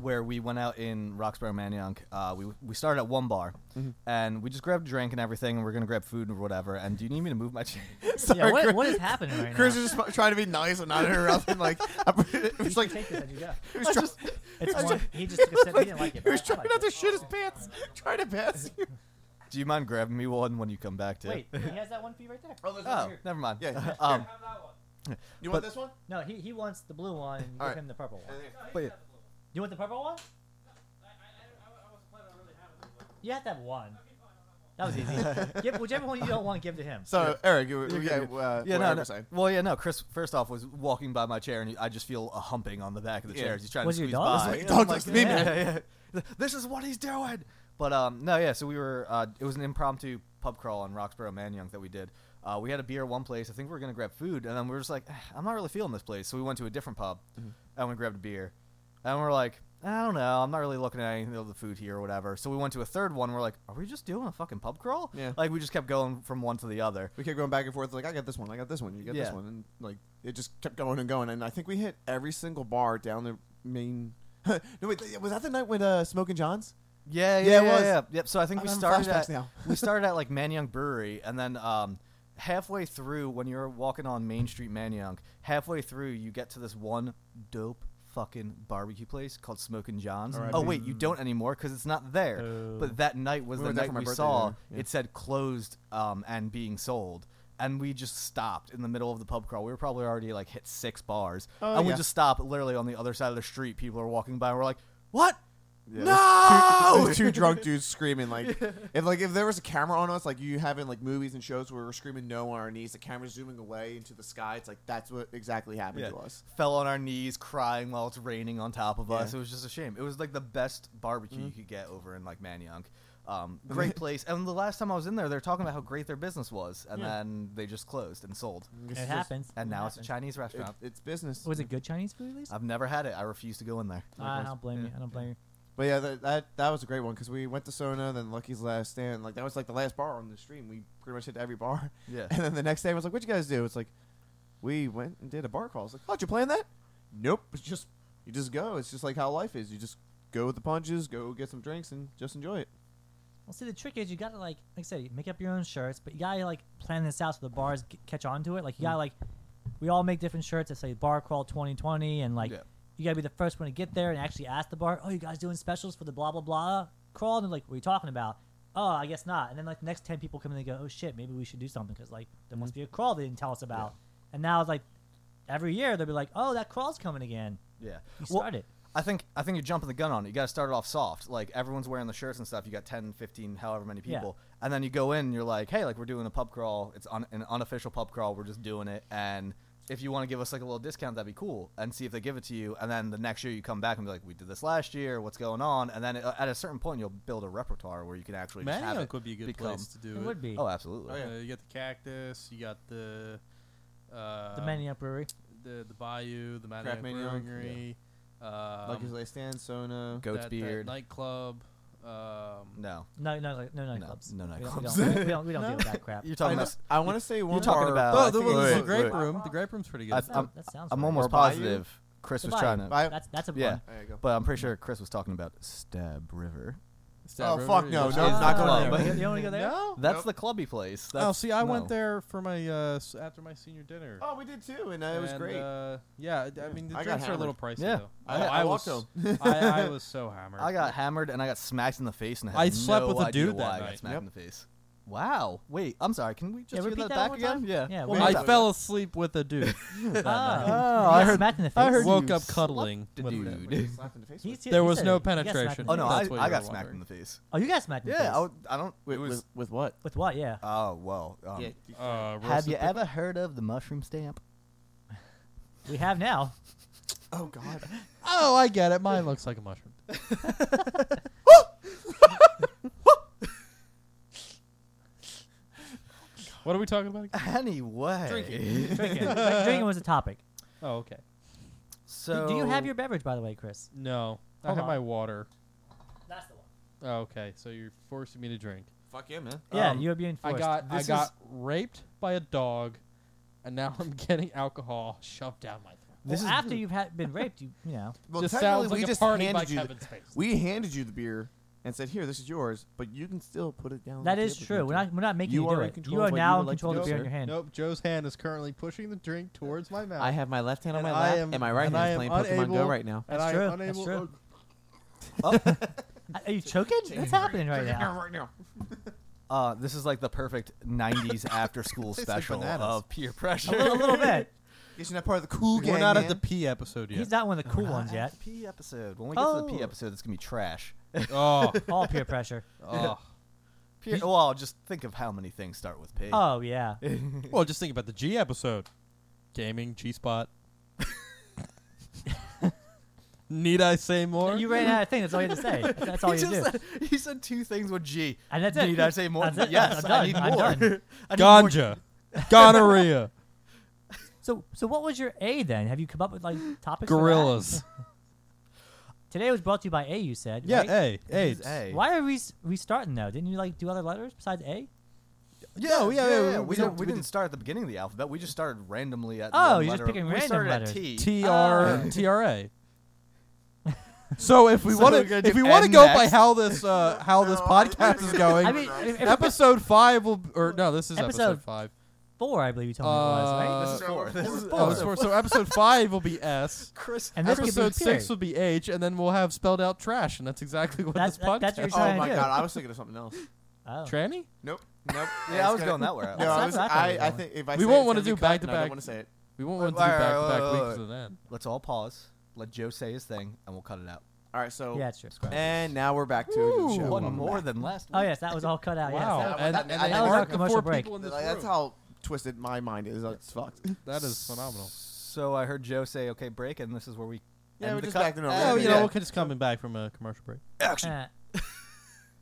where we went out in Roxborough, Manayunk. Uh, we we started at one bar Mm-hmm. and we just grabbed a drink and everything, and we are gonna grab food or whatever. And do you need me to move my chair? Sorry, Yeah, what, Chris- what is happening right Chris now? is just trying to be nice and not interrupting. Like, I, it You was should like, take he this as you go. was, try- It's I one, just- he just took a sip. He didn't like it. he was but I- I trying liked not to it. shit his pants, trying to pass you. Do you mind grabbing me one when you come back to? Wait, he has that one for you right there. Oh, never mind. Yeah. um, You want want But- this one? No, he, he wants the blue one. And you All give right. him the purple one. but yeah, You want the purple one? You have to have one. That was easy. give, whichever one you don't want, give to him. So, Eric, you, you, yeah, good, uh, yeah, what Eric no, no. was saying. Well, yeah, no. Chris, first off, was walking by my chair, and I just feel a humping on the back of the Yeah. chair. as He's trying Was to your squeeze dog? That's by. what And dogs I'm does to me, yeah, man. yeah, yeah. This is what he's doing. But um, no, yeah. So we were. Uh, it was an impromptu pub crawl in Roxborough Manayunk that we did. Uh, we had a beer at one place. I think we were gonna grab food, and then we were just like, "Ah, I'm not really feeling this place. So we went to a different pub, Mm-hmm. and we grabbed a beer, and we're like. I don't know. I'm not really looking at anything of the food here or whatever. So we went to a third one. We're like, are we just doing a fucking pub crawl? Yeah. Like we just kept going from one to the other. We kept going back and forth. Like, I got this one. I got this one. You got Yeah. this one. And like, it just kept going and going. And I think we hit every single bar down the main. no, wait. Was that the night with uh, Smoking John's? Yeah, yeah, Yeah, it yeah, was. yeah. Yep. So I think I'm we having started flashbacks at now. we started at like Manyunk Brewery, and then um, halfway through, when you're walking on Main Street Manyunk, halfway through, you get to this one dope fucking barbecue place called Smokin' John's. R.I.P. Oh wait, you don't anymore because it's not there. Oh. But that night was We the went there night for my we birthday saw dinner, yeah. it said closed um, and being sold. And we just stopped in the middle of the pub crawl. We were probably already like hit six bars, Oh, and we yeah. just stopped literally on the other side of the street. People are walking by, and we're like, "What? Yeah, no!" There's two drunk dudes screaming like if like if there was a camera on us like you have in like movies and shows where we're screaming no on our knees the camera's zooming away into the sky it's like that's what exactly happened to us fell on our knees crying while it's raining on top of us. Yeah. It was just a shame. It was like the best barbecue you could get over in like Manayunk. Um, great place. And the last time I was in there, they were talking about how great their business was, and Yeah. then they just closed and sold. it happens. And It now it's a happens. Chinese It- restaurant. it's business Was it good Chinese food at least? I've never had it. I refuse to go in there. I don't blame you. I don't blame you. but yeah that, that that was a great one because we went to Sona then Lucky's Last Stand like that was like the last bar on the stream we pretty much hit every bar Yeah. and then the next day I was like what you guys do it's like we went and did a bar crawl it's like oh did you plan that nope it's just you just go it's just like how life is you just go with the punches go get some drinks and just enjoy it Well, see, the trick is you gotta like, like I said, you make up your own shirts, but you gotta like plan this out so the bars g- catch on to it. Like you gotta like, we all make different shirts that say Bar Crawl 2020, and like, Yeah. you gotta be the first one to get there and actually ask the bar, oh, you guys doing specials for the blah blah blah crawl? And they're like, what are you talking about? Oh, I guess not. And then like the next ten people come in and they go, oh shit, maybe we should do something because like there must be a crawl they didn't tell us about. And now it's like, every year they'll be like, oh, that crawl's coming again. Yeah. You Well, start it. I think I think you're jumping the gun on it. You got to start it off soft. Like everyone's wearing the shirts and stuff. You got 10, 15, however many Yeah. people, and then you go in. and You're like, hey, like we're doing a pub crawl. It's un- an unofficial pub crawl. We're just doing it. And if you want to give us like a little discount, that'd be cool. And see if they give it to you. And then the next year you come back and be like, we did this last year. What's going on? And then uh, at a certain point you'll build a repertoire where you can actually just have Manioc it would be a good become- place to It do it. would be Oh, absolutely. Oh, yeah. Uh, you got the cactus. You got the uh, the Maniac Brewery. the the bayou, the Manioc Craft Manioc, Brewery, um, Lucky's Last Stand Sona Goat's that- that beard. nightclub. Um, No, No, no, no, no No, nightclubs. no We don't- nightclubs. We don't, we don't, we don't deal with that crap. you're talking I, about. know- I want to say one talking bar- about- Oh, I the, think one- it the was- grape wait. room. The grape room's pretty good. I, That sounds- I'm, that sounds I'm right. almost Or Bayou? positive Chris The was Bayou. trying to. Bayou. That's that's a Yeah. one. There you go. But I'm pretty sure Chris was talking about Stab River. Stab Oh, Road fuck Rage. no, It's no, just not down going there. there. You only go there? No. That's Nope. the clubby place. oh, That's- see, I went no. there for my uh, s- after my senior dinner. Oh, we did too, and uh, it was And, great. Uh, yeah, I- I mean the I got drinks are a little pricey Yeah. though. I- Oh, I was, walked I, I was so hammered. I got hammered and I got smacked in the face and I, had I slept no with a idea dude why that I got night. smacked Yep. in the face. Wow. Wait, I'm sorry. Can we just Yeah, hear repeat that, that back one more again? time? Yeah. Yeah, we- One more I time. fell asleep with a dude. that Ah. night. Oh, You I got heard. smacked in the face. I heard Woke you up cuddling slapped the with dude. What did you get slapped in the face He- with? he There said was it. no You got smacked in the penetration. face. Oh no, I, That's what I you got were smacked in wondering. the face. Oh, you got smacked in the Yeah, I, face. w- I don't. With, with, with what? With what? Yeah. Oh well. Um, Uh, Have roasted you pickle- ever heard of the mushroom stamp? We have now. Oh God. Oh, I get it. Mine looks like a mushroom. what are we talking about? Again? Anyway, Drinking. Like, drinking was a topic. Oh, okay. so Do you have your beverage, by the way, Chris? No, I Hold on. have my water. That's the one. Oh, okay, so you're forcing me to drink. Fuck yeah, man. Yeah, Um, you're being forced. I got This I got raped by a dog, and now I'm getting alcohol shoved down my throat. Well, this is- after you've had been raped, you you know. Well, Just technically, sounds we like a just party by handed you. the- Kevin Spacey. we handed you the beer and said, "Here, this is yours," but you can still put it down. That on the is table if true. you We're want not we're not making you, You are do in it. control You of are what you now would in like to control of the do, beer in sir. your hand. Nope, Joe's hand is currently pushing the drink towards my to. mouth. I have my left hand on And my I lap, am- and my right and I hand is playing am Pokemon Go unable- right now. and That's I'm true, that's unable. true. Are you choking? What's happening right now? Uh, this is like the perfect '90s after-school Tastes like special bananas. of peer pressure. A little, a little bit. Guess you're not part of the cool gang. We're not man. at the P episode yet. He's not one of the cool ones yet. P episode. When we get to the P Oh. episode, it's gonna be trash. oh, All peer pressure. oh. Peer, well, just think of how many things start with P. Oh yeah. well, just think about the G episode. Gaming, G spot. Need I say more? You ran out of things. That's all you had to say. That's all he you do. just Said, he said two things with G. And that's it. Need I say more? That's it. Yes, I'm I need done. I'm more. done. I need more. Ganja, gonorrhea, So so what was your A then? Have you come up with like topics? for that? gorillas. Today was brought to you by A. You said. Yeah, right? hey, hey. Who's A? Why are we s- restarting though? Didn't you like do other letters besides A? Yeah, yeah, yeah. yeah, We, we don't, did- we we didn't start at the beginning of the alphabet. We just started randomly at. Oh, one you're just letter. picking we random started letters. At T. T Ah. R T R A. So if we Oh. So want we're gonna to, if do we want to N go by next. how this uh, how this No, podcast is going, I mean, if, if episode five will or no, this is episode, Episode five. four, I believe you told me it was, right? Uh, This is four. This is Oh, four. it's four. So episode five will be S. Chris. And this could be Episode period. six will be H, and then we'll have spelled out trash, and that's exactly what That's- this that- podcast. that's your- Oh trying my to do. God! I was thinking of something else. Oh. tranny. Nope. Nope. Yeah, I was gonna- going that way. No, That's I was. not what I thought I, you were I going. think if I We say won't it's wanna gonna be do cut, back to and I don't back. want to say it. We won't want to do Wait, wait, back to wait, back wait, weeks wait. to that. Let's all pause. Let Joe say his thing, and we'll cut it out. All right. So. Yeah, it's true. And now we're back to the show. One Welcome more back. than last. Week. Oh yes, that was all cut out. Yes, Wow, that- that- and, that- and that- they that was marked our the commercial four break. people in this Like, that's room. how twisted my mind is. It's fucked. That is phenomenal. So I heard Joe say, "Okay, break," and this is where we. Yeah, end we're the just cut. back to normal. Yeah, Oh, you yeah. know, we're just coming back from a commercial break. Eh. well,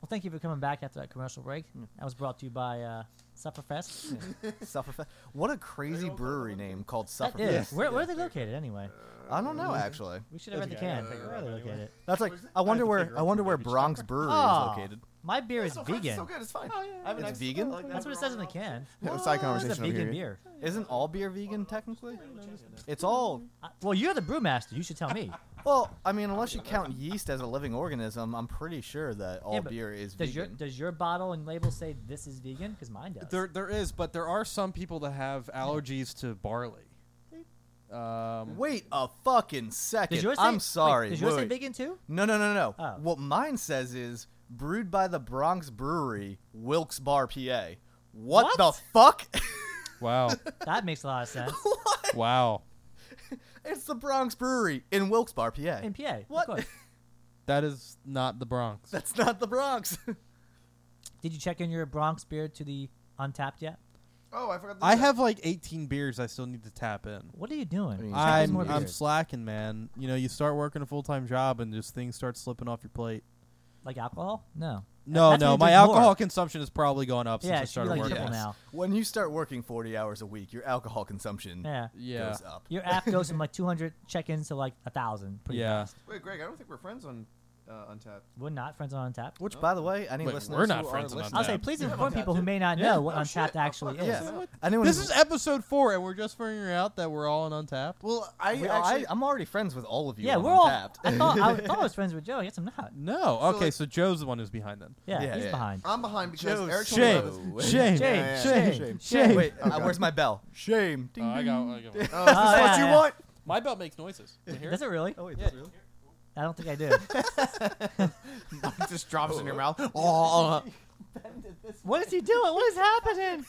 thank you for coming back after that commercial break. That was brought to you by uh, Sufferfest. Sufferfest. What a crazy brewery name called That Sufferfest. is. Where, where are they located anyway? I don't know actually. We should have read the can. Where are they located? That's like I wonder to where figure I out wonder where where Baby Bronx Brewery Ah, is located. My beer is So fine, vegan. So good. It's fine. It's vegan? Oh, That's what it says in the can. It's side conversation It's a over vegan here. beer. Isn't all beer vegan technically? It's all. Uh, well, you're the brewmaster. You should tell me. Well, I mean, unless you count yeast as a living organism, I'm pretty sure that all Yeah, but beer is Does your vegan. does your bottle and label say this is vegan? Because mine does. There, there is, but there are some people that have allergies to barley. Um, Wait a fucking second. does yours say, I'm wait, sorry. does yours say wait. vegan too? No, no, no, no. Oh. What mine says is brewed by the Bronx Brewery, Wilkes Bar, PA. What, What? the fuck? wow, That makes a lot of sense. what? wow, It's the Bronx Brewery in Wilkes Bar, PA. In PA, of What? course. that is not the Bronx. That's not the Bronx. Did you check in your Bronx beer to the Untapped yet? Oh, I forgot. I have like 18 beers I still need to tap in. What are you doing? mean, Check in I'm, more I'm beers. slacking, man. You know, you start working a full time job and just things start slipping off your plate. like alcohol? No. No, That's when no, you my drink alcohol more. consumption has probably gone up yeah, it since I should be started like working. triple Yes. now. when you start working 40 hours a week, your alcohol consumption Yeah. Yeah, goes up. Your app goes from like 200 check-ins to like a thousand. Pretty yeah. fast. Wait, Greg. I don't think we're friends on uh, Untapped. We're not friends on Untapped. Which, by the way, any Wait, listeners we're not who friends are on listening, I'll say, Untapped. please Yeah, inform people who Untapped, may not Yeah. know what Oh, Untapped actually fucking is. said Yeah. anyone This who- is episode four, and we're just figuring out that we're all on Untapped. Well, I We- actually I, am already friends with all of you. Yeah, on we're all. I Untapped. thought I thought I was friends with Joe. Yes, I'm not. No. So, okay, like- so Joe's the one who's behind them. Yeah, Yeah, he's yeah. behind. I'm behind because Joe Eric told me Shame. about this. Shame. Shame, Shame. shame, Shame. shame. Wait, Oh, uh, God. where's my bell? Shame. Ding, I ding. got, I Oh, got one. is Oh, this what yeah, you yeah. want? My belt makes noises. You hear Does it? it really? Oh wait, Yeah. that's really? I don't think I do. It just drops in your mouth. Oh, what is he doing? What is happening?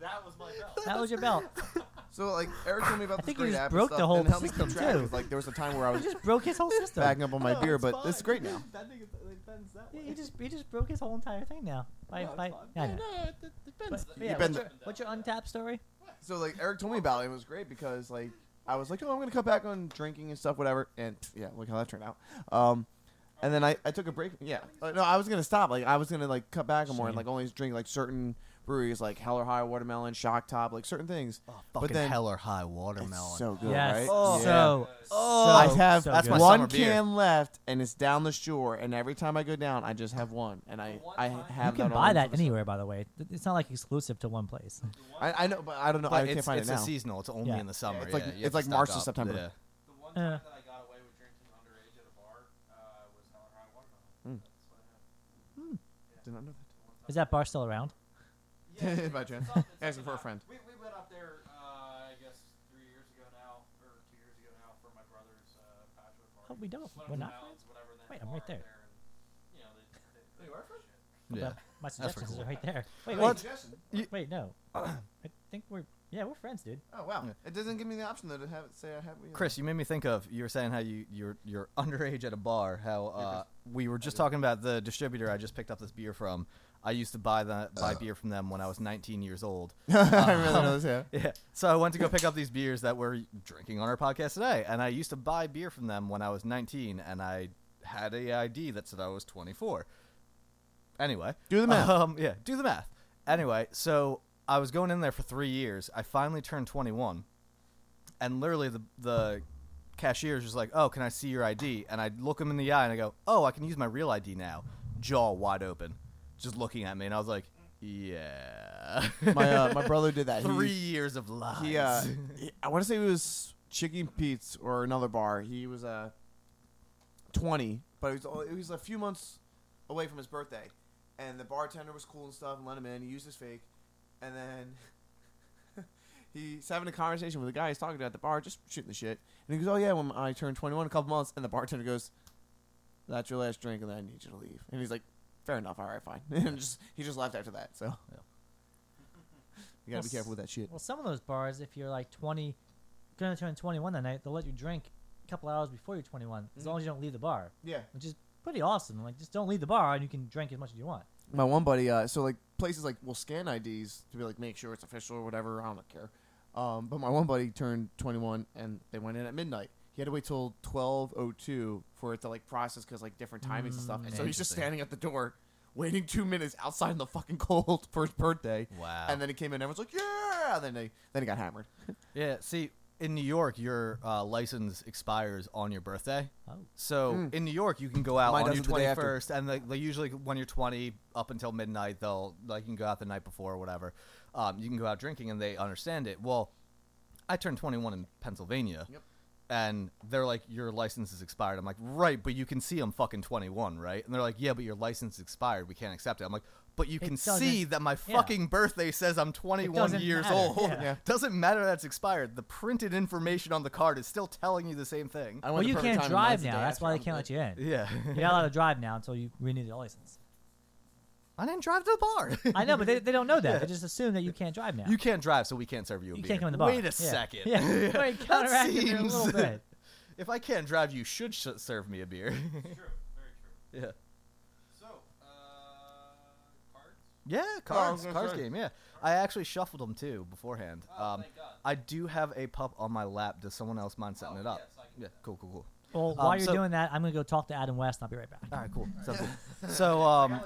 That was my bell. That was your belt. so like Eric told me about I this think you great just app broke and the stuff, whole and it helped me system, keep track, too. 'cause, Like there was a time where I was just Broke his whole system. backing up on my beer, but this is great now. That thing is, it bends that Yeah, He just he just broke his whole entire thing now. By, by, yeah, I know. But- but yeah, bend what's, the- your, what's your untapped story? So like Eric told me about it. It was great because like I was like, oh, I'm gonna cut back on drinking and stuff, whatever. And yeah, look how that turned out. Um, and then I, I took a break. Yeah, Uh, no, I was gonna stop. Like I was gonna like cut back on more and like only drink like certain breweries like Hell or High Watermelon, Shock Top, like certain things. Oh, fucking but then hell or high it's watermelon. so good, yes. right? Oh, So, Oh, I so, have so that's good. my one summer beer. can left, and it's down the shore. And every time I go down, I just have one, and I I You have. can that buy on that for the- anywhere, by the way. Th- It's not like exclusive to one place. I, I know, but I don't know. But I it's, can't find it's it now. a seasonal. It's only Yeah. in the summer. it's like- yeah, you it's have to like stock March to up. September. Yeah. The one time Yeah. that I got away with drinking underage at a bar uh, was Helen High Hmm. Watermelon. Did not know that. Is that bar still around? By chance. Asking for a friend. We, we went up there, uh, I guess, three years ago now, or two years ago now, for my brother's uh, bachelor party. Oh, we don't. Went up We're to not Mounds, whatever, then Wait, the I'm right bar there. and, you know, they, they, they were friends. But Yeah. my pretty suggestions cool. are right there. Wait, What? wait, wait, no. I think we're yeah, we're friends, dude. Oh wow! It doesn't give me the option though to have it say I have. Chris, you made me think of you were saying how you you're you're underage at a bar. How uh, we were just talking about the distributor I just picked up this beer from. I used to buy the buy beer from them when I was 19 years old. I remember those. Yeah. Yeah. So I went to go pick up these beers that we're drinking on our podcast today, and I used to buy beer from them when I was 19, and I had a ID that said I was 24. Anyway, Do the math. Um, yeah, do the math. Anyway, so I was going in there for three years. I finally turned 21, and literally the the cashier is just like, "Oh, can I see your ID?" And I look him in the eye and I go, "Oh, I can use my real ID now." Jaw wide open, just looking at me, and I was like, "Yeah." My uh, my brother did that. He- three years of lies. He, uh, he- I want to say it was Chicken Pete's or another bar. He was uh, 20, but he was al- he was a few months away from his birthday, and the bartender was cool and stuff and let him in. He used his fake, and then he's having a conversation with the guy he's talking to at the bar, just shooting the shit. And he goes, "Oh yeah, when I turn 21 in a couple months," and the bartender goes, "That's your last drink, and then I need you to leave." And he's like, "Fair enough, all right, fine." and just he just left after that. So you gotta be careful with that shit. Well, some of those bars, if you're like 20, gonna turn 21 that night, they'll let you drink a couple hours before you're 21, as long as you don't leave the bar, Yeah. which is pretty awesome. Like, just don't leave the bar and you can drink as much as you want. my one buddy uh, so like places like will scan ids to be like make sure it's official or whatever i don't care um, but my one buddy turned 21 and they went in at midnight he had to wait till 1202 for it to like process because like different timings and stuff Mm, and so he's just Interesting. standing at the door waiting two minutes outside in the fucking cold for his birthday Wow. and then he came in and everyone's like yeah and then they then he got hammered yeah, see, in New York, your uh, license expires on your birthday. Oh. So in New York, you can go out Hmm. Mine on does it your the day twenty after. first, and like they usually when you're twenty up until midnight, they'll like you can go out the night before or whatever. Um, you can go out drinking, and they understand it. Well, I turned twenty one in Pennsylvania. Yep. And they're like, your license is expired. I'm like, right, but you can see I'm fucking 21, right? And they're like, yeah, but your license is expired. We can't accept it. I'm like, but you can doesn't- see that my yeah. fucking birthday says I'm 21 doesn't years matter, old. yeah. Yeah. Doesn't matter that's expired. The printed information on the card is still telling you the same thing. I went Well, the you perfect can't time, and mine's drive the now. day That's after. why I'm they can't like- let you in. yeah. You're not allowed to drive now until you renew your license. I didn't drive to the bar. I know, but they, they don't know that. They just assume that you can't drive now. You can't drive, so we can't serve you a You beer. can't come in the bar. Wait a Yeah. second. Yeah. Wait, counteract it there a little seems- bit. If I can't drive, you should sh- serve me a beer. True, very true. yeah. So, uh, cards? Oh, Yeah, cards, gonna cards say. game. Yeah, I actually shuffled them too beforehand. Oh, um, thank God. I do have a pup on my lap. Does someone else mind setting Oh, it up? yes, I can do yeah, cool, cool, cool. Well, Um, while you're so- doing that, I'm gonna go talk to Adam West. and I'll be right back. All right, cool. Sounds good. So, um,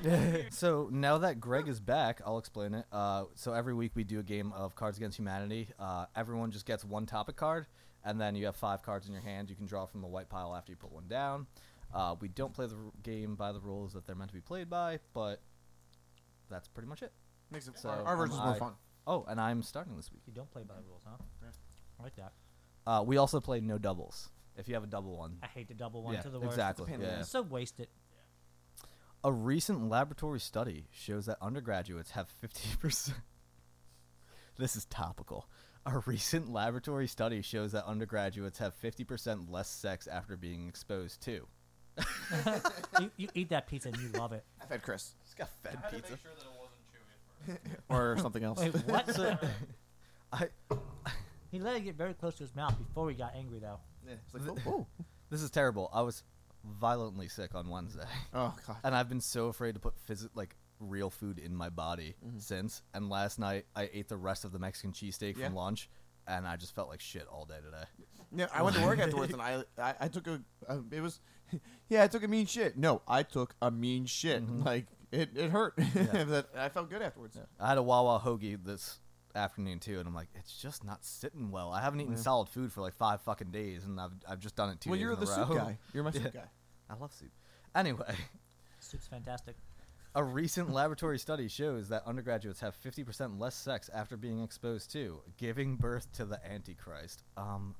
so now that Greg is back, I'll explain it. Uh, so every week we do a game of Cards Against Humanity. Uh, everyone just gets one topic card, and then you have five cards in your hand. You can draw from the white pile after you put one down. Uh, we don't play the r- game by the rules that they're meant to be played by, but that's pretty much it. Makes it So, our, our version's more I- fun. Oh, and I'm starting this week. You don't play by the rules, huh? Yeah. I like that. Uh, we also play no doubles. If you have a double one, I hate the double one yeah, to the worst. exactly. It's a pain in the yeah. It's so wasted. A recent laboratory study shows that undergraduates have 50%. this is topical. A recent laboratory study shows that undergraduates have 50% less sex after being exposed to. you, you eat that pizza and you love it. I've had Chris It's got fed I had to pizza. make sure that it wasn't chewy at first. or something else. Wait, what? I, he let it get very close to his mouth before we got angry, though. Yeah, it's like, oh, oh. this is terrible. I was violently sick on Wednesday, oh god. and I've been so afraid to put phys- like real food in my body since. And last night, I ate the rest of the Mexican cheesesteak Yeah. from lunch, and I just felt like shit all day today. No, I went to work afterwards, and I, I, I took a, uh, it was, yeah, I took a mean shit. No, I took a mean shit. Mm-hmm. Like it, it hurt. That- I felt good afterwards. I had a Wawa hoagie this afternoon too, and I'm like, it's just not sitting well. I haven't eaten solid food for like five fucking days, and I've I've just done it two Well, days you're in a the soup row. guy. You're my Yeah. soup guy. I love soup. Anyway, Soup's fantastic. a recent laboratory study shows that undergraduates have 50% less sex after being exposed to giving birth to the Antichrist. Um,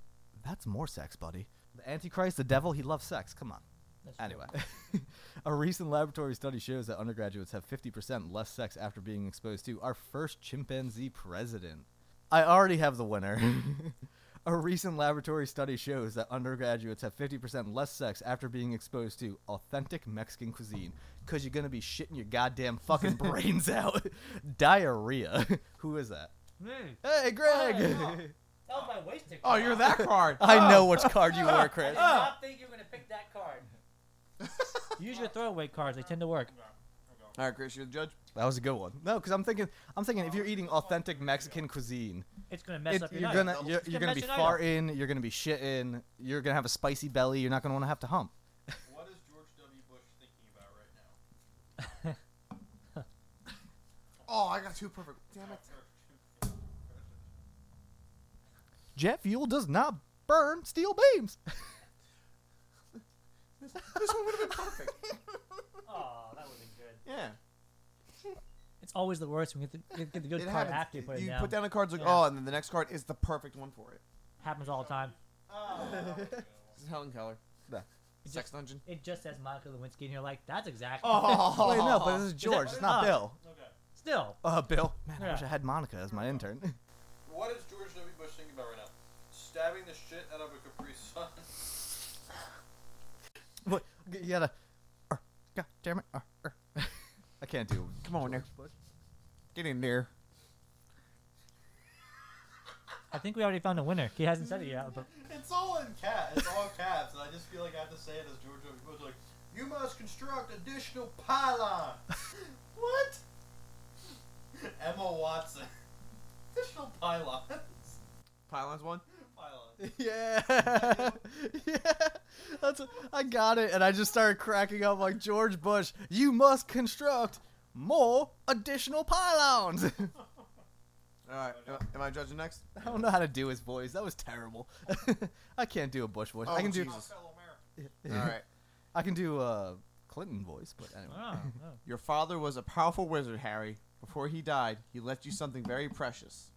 that's more sex, buddy. The Antichrist, the devil, he loves sex. Come on. That's true. Anyway, a recent laboratory study shows that undergraduates have 50% less sex after being exposed to our first chimpanzee president. I already have the winner. a recent laboratory study shows that undergraduates have 50% less sex after being exposed to authentic Mexican cuisine because you're going to be shitting your goddamn fucking brains out. Diarrhea. Who is that? Hey, Greg! That was my wasted Oh, you're that card. Uh, I know which card you were, Chris. not think you were going to pick that card. Use your throwaway cards. They tend to work. All right, Chris, you're the judge. That was a good one. No, because I'm thinking, I'm thinking if you're eating authentic Mexican cuisine, It's going to mess It- up your you're night. gonna you're, It's you're gonna gonna be mess your night up. farting. You're gonna be shitting. You're gonna have a spicy belly. You're not gonna want to have to hump. What is George W. Bush thinking about right now? Oh, I got two perfect. Damn it. Jet fuel does not burn steel beams. This one would have been perfect. Oh, that would be good. Yeah. It's always the worst when you get the, you get the good It card happens. after you put it you down. put down a card, it's like, Yeah. oh, and then the next card is the perfect one for it. Happens all the time. This is Helen Keller. Sex Dungeon. It just says Monica Lewinsky, and you're like, that's exactly. Oh, Wait, no, but this is George. it's not oh. Bill. Still, Uh, Bill. Man, I wish Yeah. I had Monica as my intern. What is George W. Bush thinking about right now? Stabbing the shit out of a Capri Sun. what? You gotta. er, God damn it. er, er. I can't do. come on there. Get in there. I think we already found a winner. He hasn't said it yet, but It's all in cat. It's all caps, and I just feel like I have to say it as George W. Bush. Like, you must construct additional pylon. what? Emma Watson. Additional pylons. Pylons one. Pylons. Yeah. yeah. That's. I got it, and I just started cracking up like George Bush. You must construct more additional pylons. All right. Am I, am I judging next? I don't know how to do his voice. That was terrible. I can't do a Bush voice. Oh, I can Jesus. Fellow America. do. All right. I can do a Clinton voice, but anyway. oh, oh. Your father was a powerful wizard, Harry. Before he died, he left you something very precious.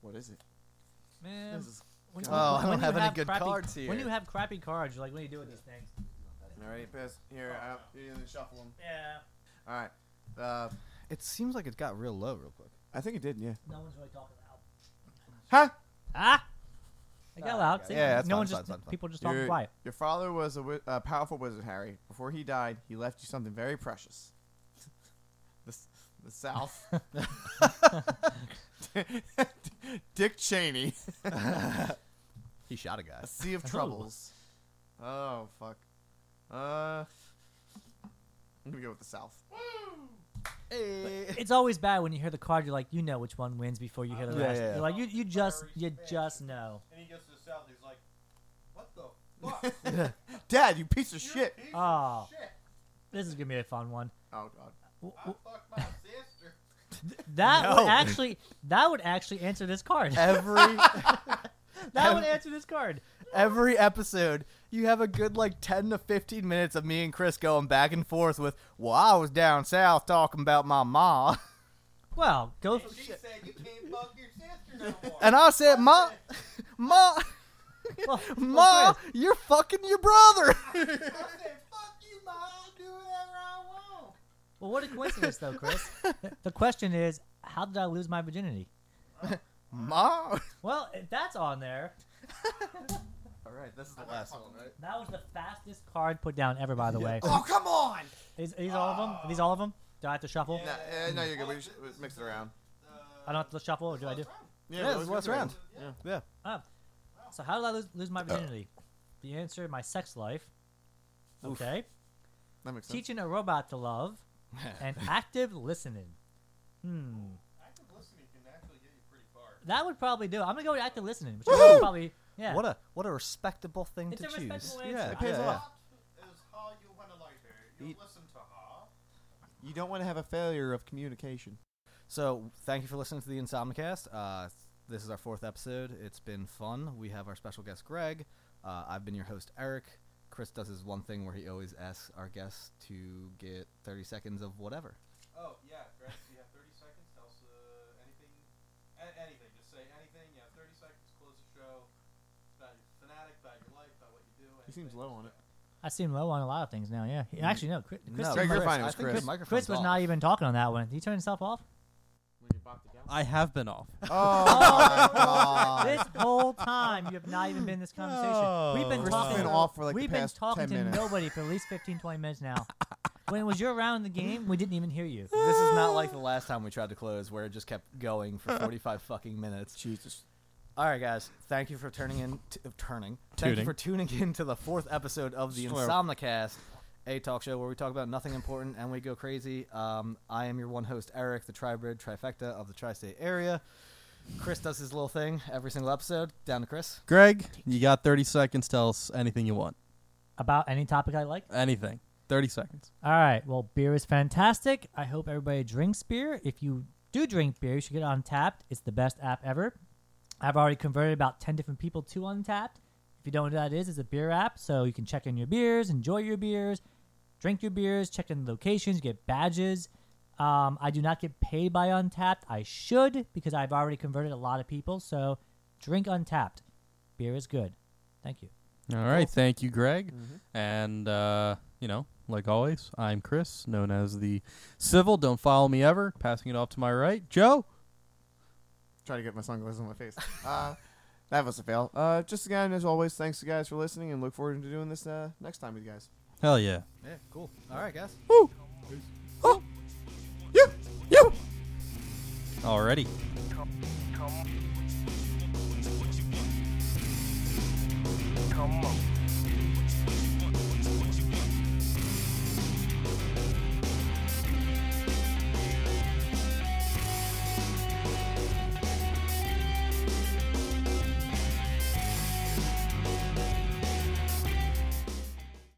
What is it? man. This is- When- Oh, I when don't you have any good cards When here. you have crappy cards, you're like, what do you do with these things? All right, Piss. Here, I, you're gonna shuffle them. Yeah, All right. Uh, It seems like it got real low real quick. I think it did, yeah. no one's really talking loud. Huh? Ah, I got loud. See? Yeah, that's no fine, one's fine, just fine, fine. people just talking your, quiet. Your father was a wi- a powerful wizard, Harry. Before he died, he left you something very precious. the, s- the South. Dick Cheney. He shot a A guy. sea of troubles. Oh fuck. Uh, I'm gonna go with the South. It's always bad when you hear the card. You're like, you know which one wins before you hear the Yeah, rest. yeah, yeah. You're like, you you just you just know. And he goes to the south. He's like, what the fuck? You're Dad, you piece of a shit. piece of Oh. shit. This is gonna be a fun one. Oh god. W- I w- fucked my sister. That No. would actually that would actually answer this card. Every That would answer this card. every episode you have a good like 10 to 15 minutes of me and chris going back and forth with well i was down south talking about my ma Well, go. And she said you can't fuck your sister no more. and i said ma ma Well, ma you're fucking your brother I said, fuck you, ma. I'll do whatever I want. Well, what a coincidence, though, Chris. the question is, how did I lose my virginity? ma Well, if that's on there, all right this is the last one right that was the fastest card put down ever. By the way, Oh come on! is, is all of them? Are these all of them? Do I have to shuffle? Nah, eh, no, you're good. We should we mix it around. I don't have to shuffle, or do I do? yeah, this is the last round Yeah. So how did I lose, lose my virginity? The answer: my sex life. Okay. That makes sense. Teaching a robot to love, and active listening. Hmm. Active listening can actually get you pretty far. That would probably do. it. I'm gonna go with active listening, which is probably yeah. what a what a respectable thing It's to a choose respectable answer. yeah It pays yeah, Hot is how you want to like it. You Eat. listen to her. You don't want to have a failure of communication. So, thank you for listening to the Insomnicast. Uh, this is our fourth episode. It's been fun. We have our special guest, Greg. Uh, I've been your host, Eric. Chris does his one thing where he always asks our guests to get 30 seconds of whatever. Oh, yeah, Greg, you have 30 seconds. Tell us uh, anything. A- anything. Just say anything. You have 30 seconds. Close the show. It's about your fanatic, about your life, about what you do. He seems anything. low on it. I seem low on a lot of things now. Yeah. Actually, no. Chris, Chris, Greg, you're Chris, fine. It I was think Chris. your microphone's Chris was off. not even talking on that one. Did he turn himself off? I have been off. Oh, my God. this whole time you have not even been in this conversation. We've been No. Chris talking has been off for like We've the been past talking 10 to minutes. nobody for at least 15, 20 minutes now. when it was your round in the game, we didn't even hear you. This is not like the last time we tried to close where it just kept going for 45 fucking minutes. Jesus. All right, guys. Thank you for turning in. T- uh, turning. Thank you Tuning. for tuning in to the fourth episode of the Slurp. Insomnicast, a talk show where we talk about nothing important and we go crazy. Um, I am your one host, Eric, the tribrid trifecta of the tri-state area. Chris does his little thing every single episode. Down to Chris. Greg, you got 30 seconds. Tell us anything you want. About any topic I like. Anything. 30 seconds. All right. Well, beer is fantastic. I hope everybody drinks beer. If you do drink beer, you should get Untapped. It's the best app ever. I've already converted about 10 different people to Untapped. If you don't know what that is, it's a beer app. So you can check in your beers, enjoy your beers, drink your beers, check in locations, get badges. Um, I do not get paid by Untapped. I should because I've already converted a lot of people. So drink Untapped. Beer is good. Thank you. All right. Thank you, Greg. Mm-hmm. And, uh, you know, like always, I'm Chris, known as the Civil. Don't follow me ever. Passing it off to my right. Joe. Try to get my sunglasses on my face. Uh, that was a fail. Uh, just again, as always, thanks to guys for listening, and look forward to doing this uh, next time with you guys. Hell yeah. Yeah, cool. All right, guys. Already. come, come,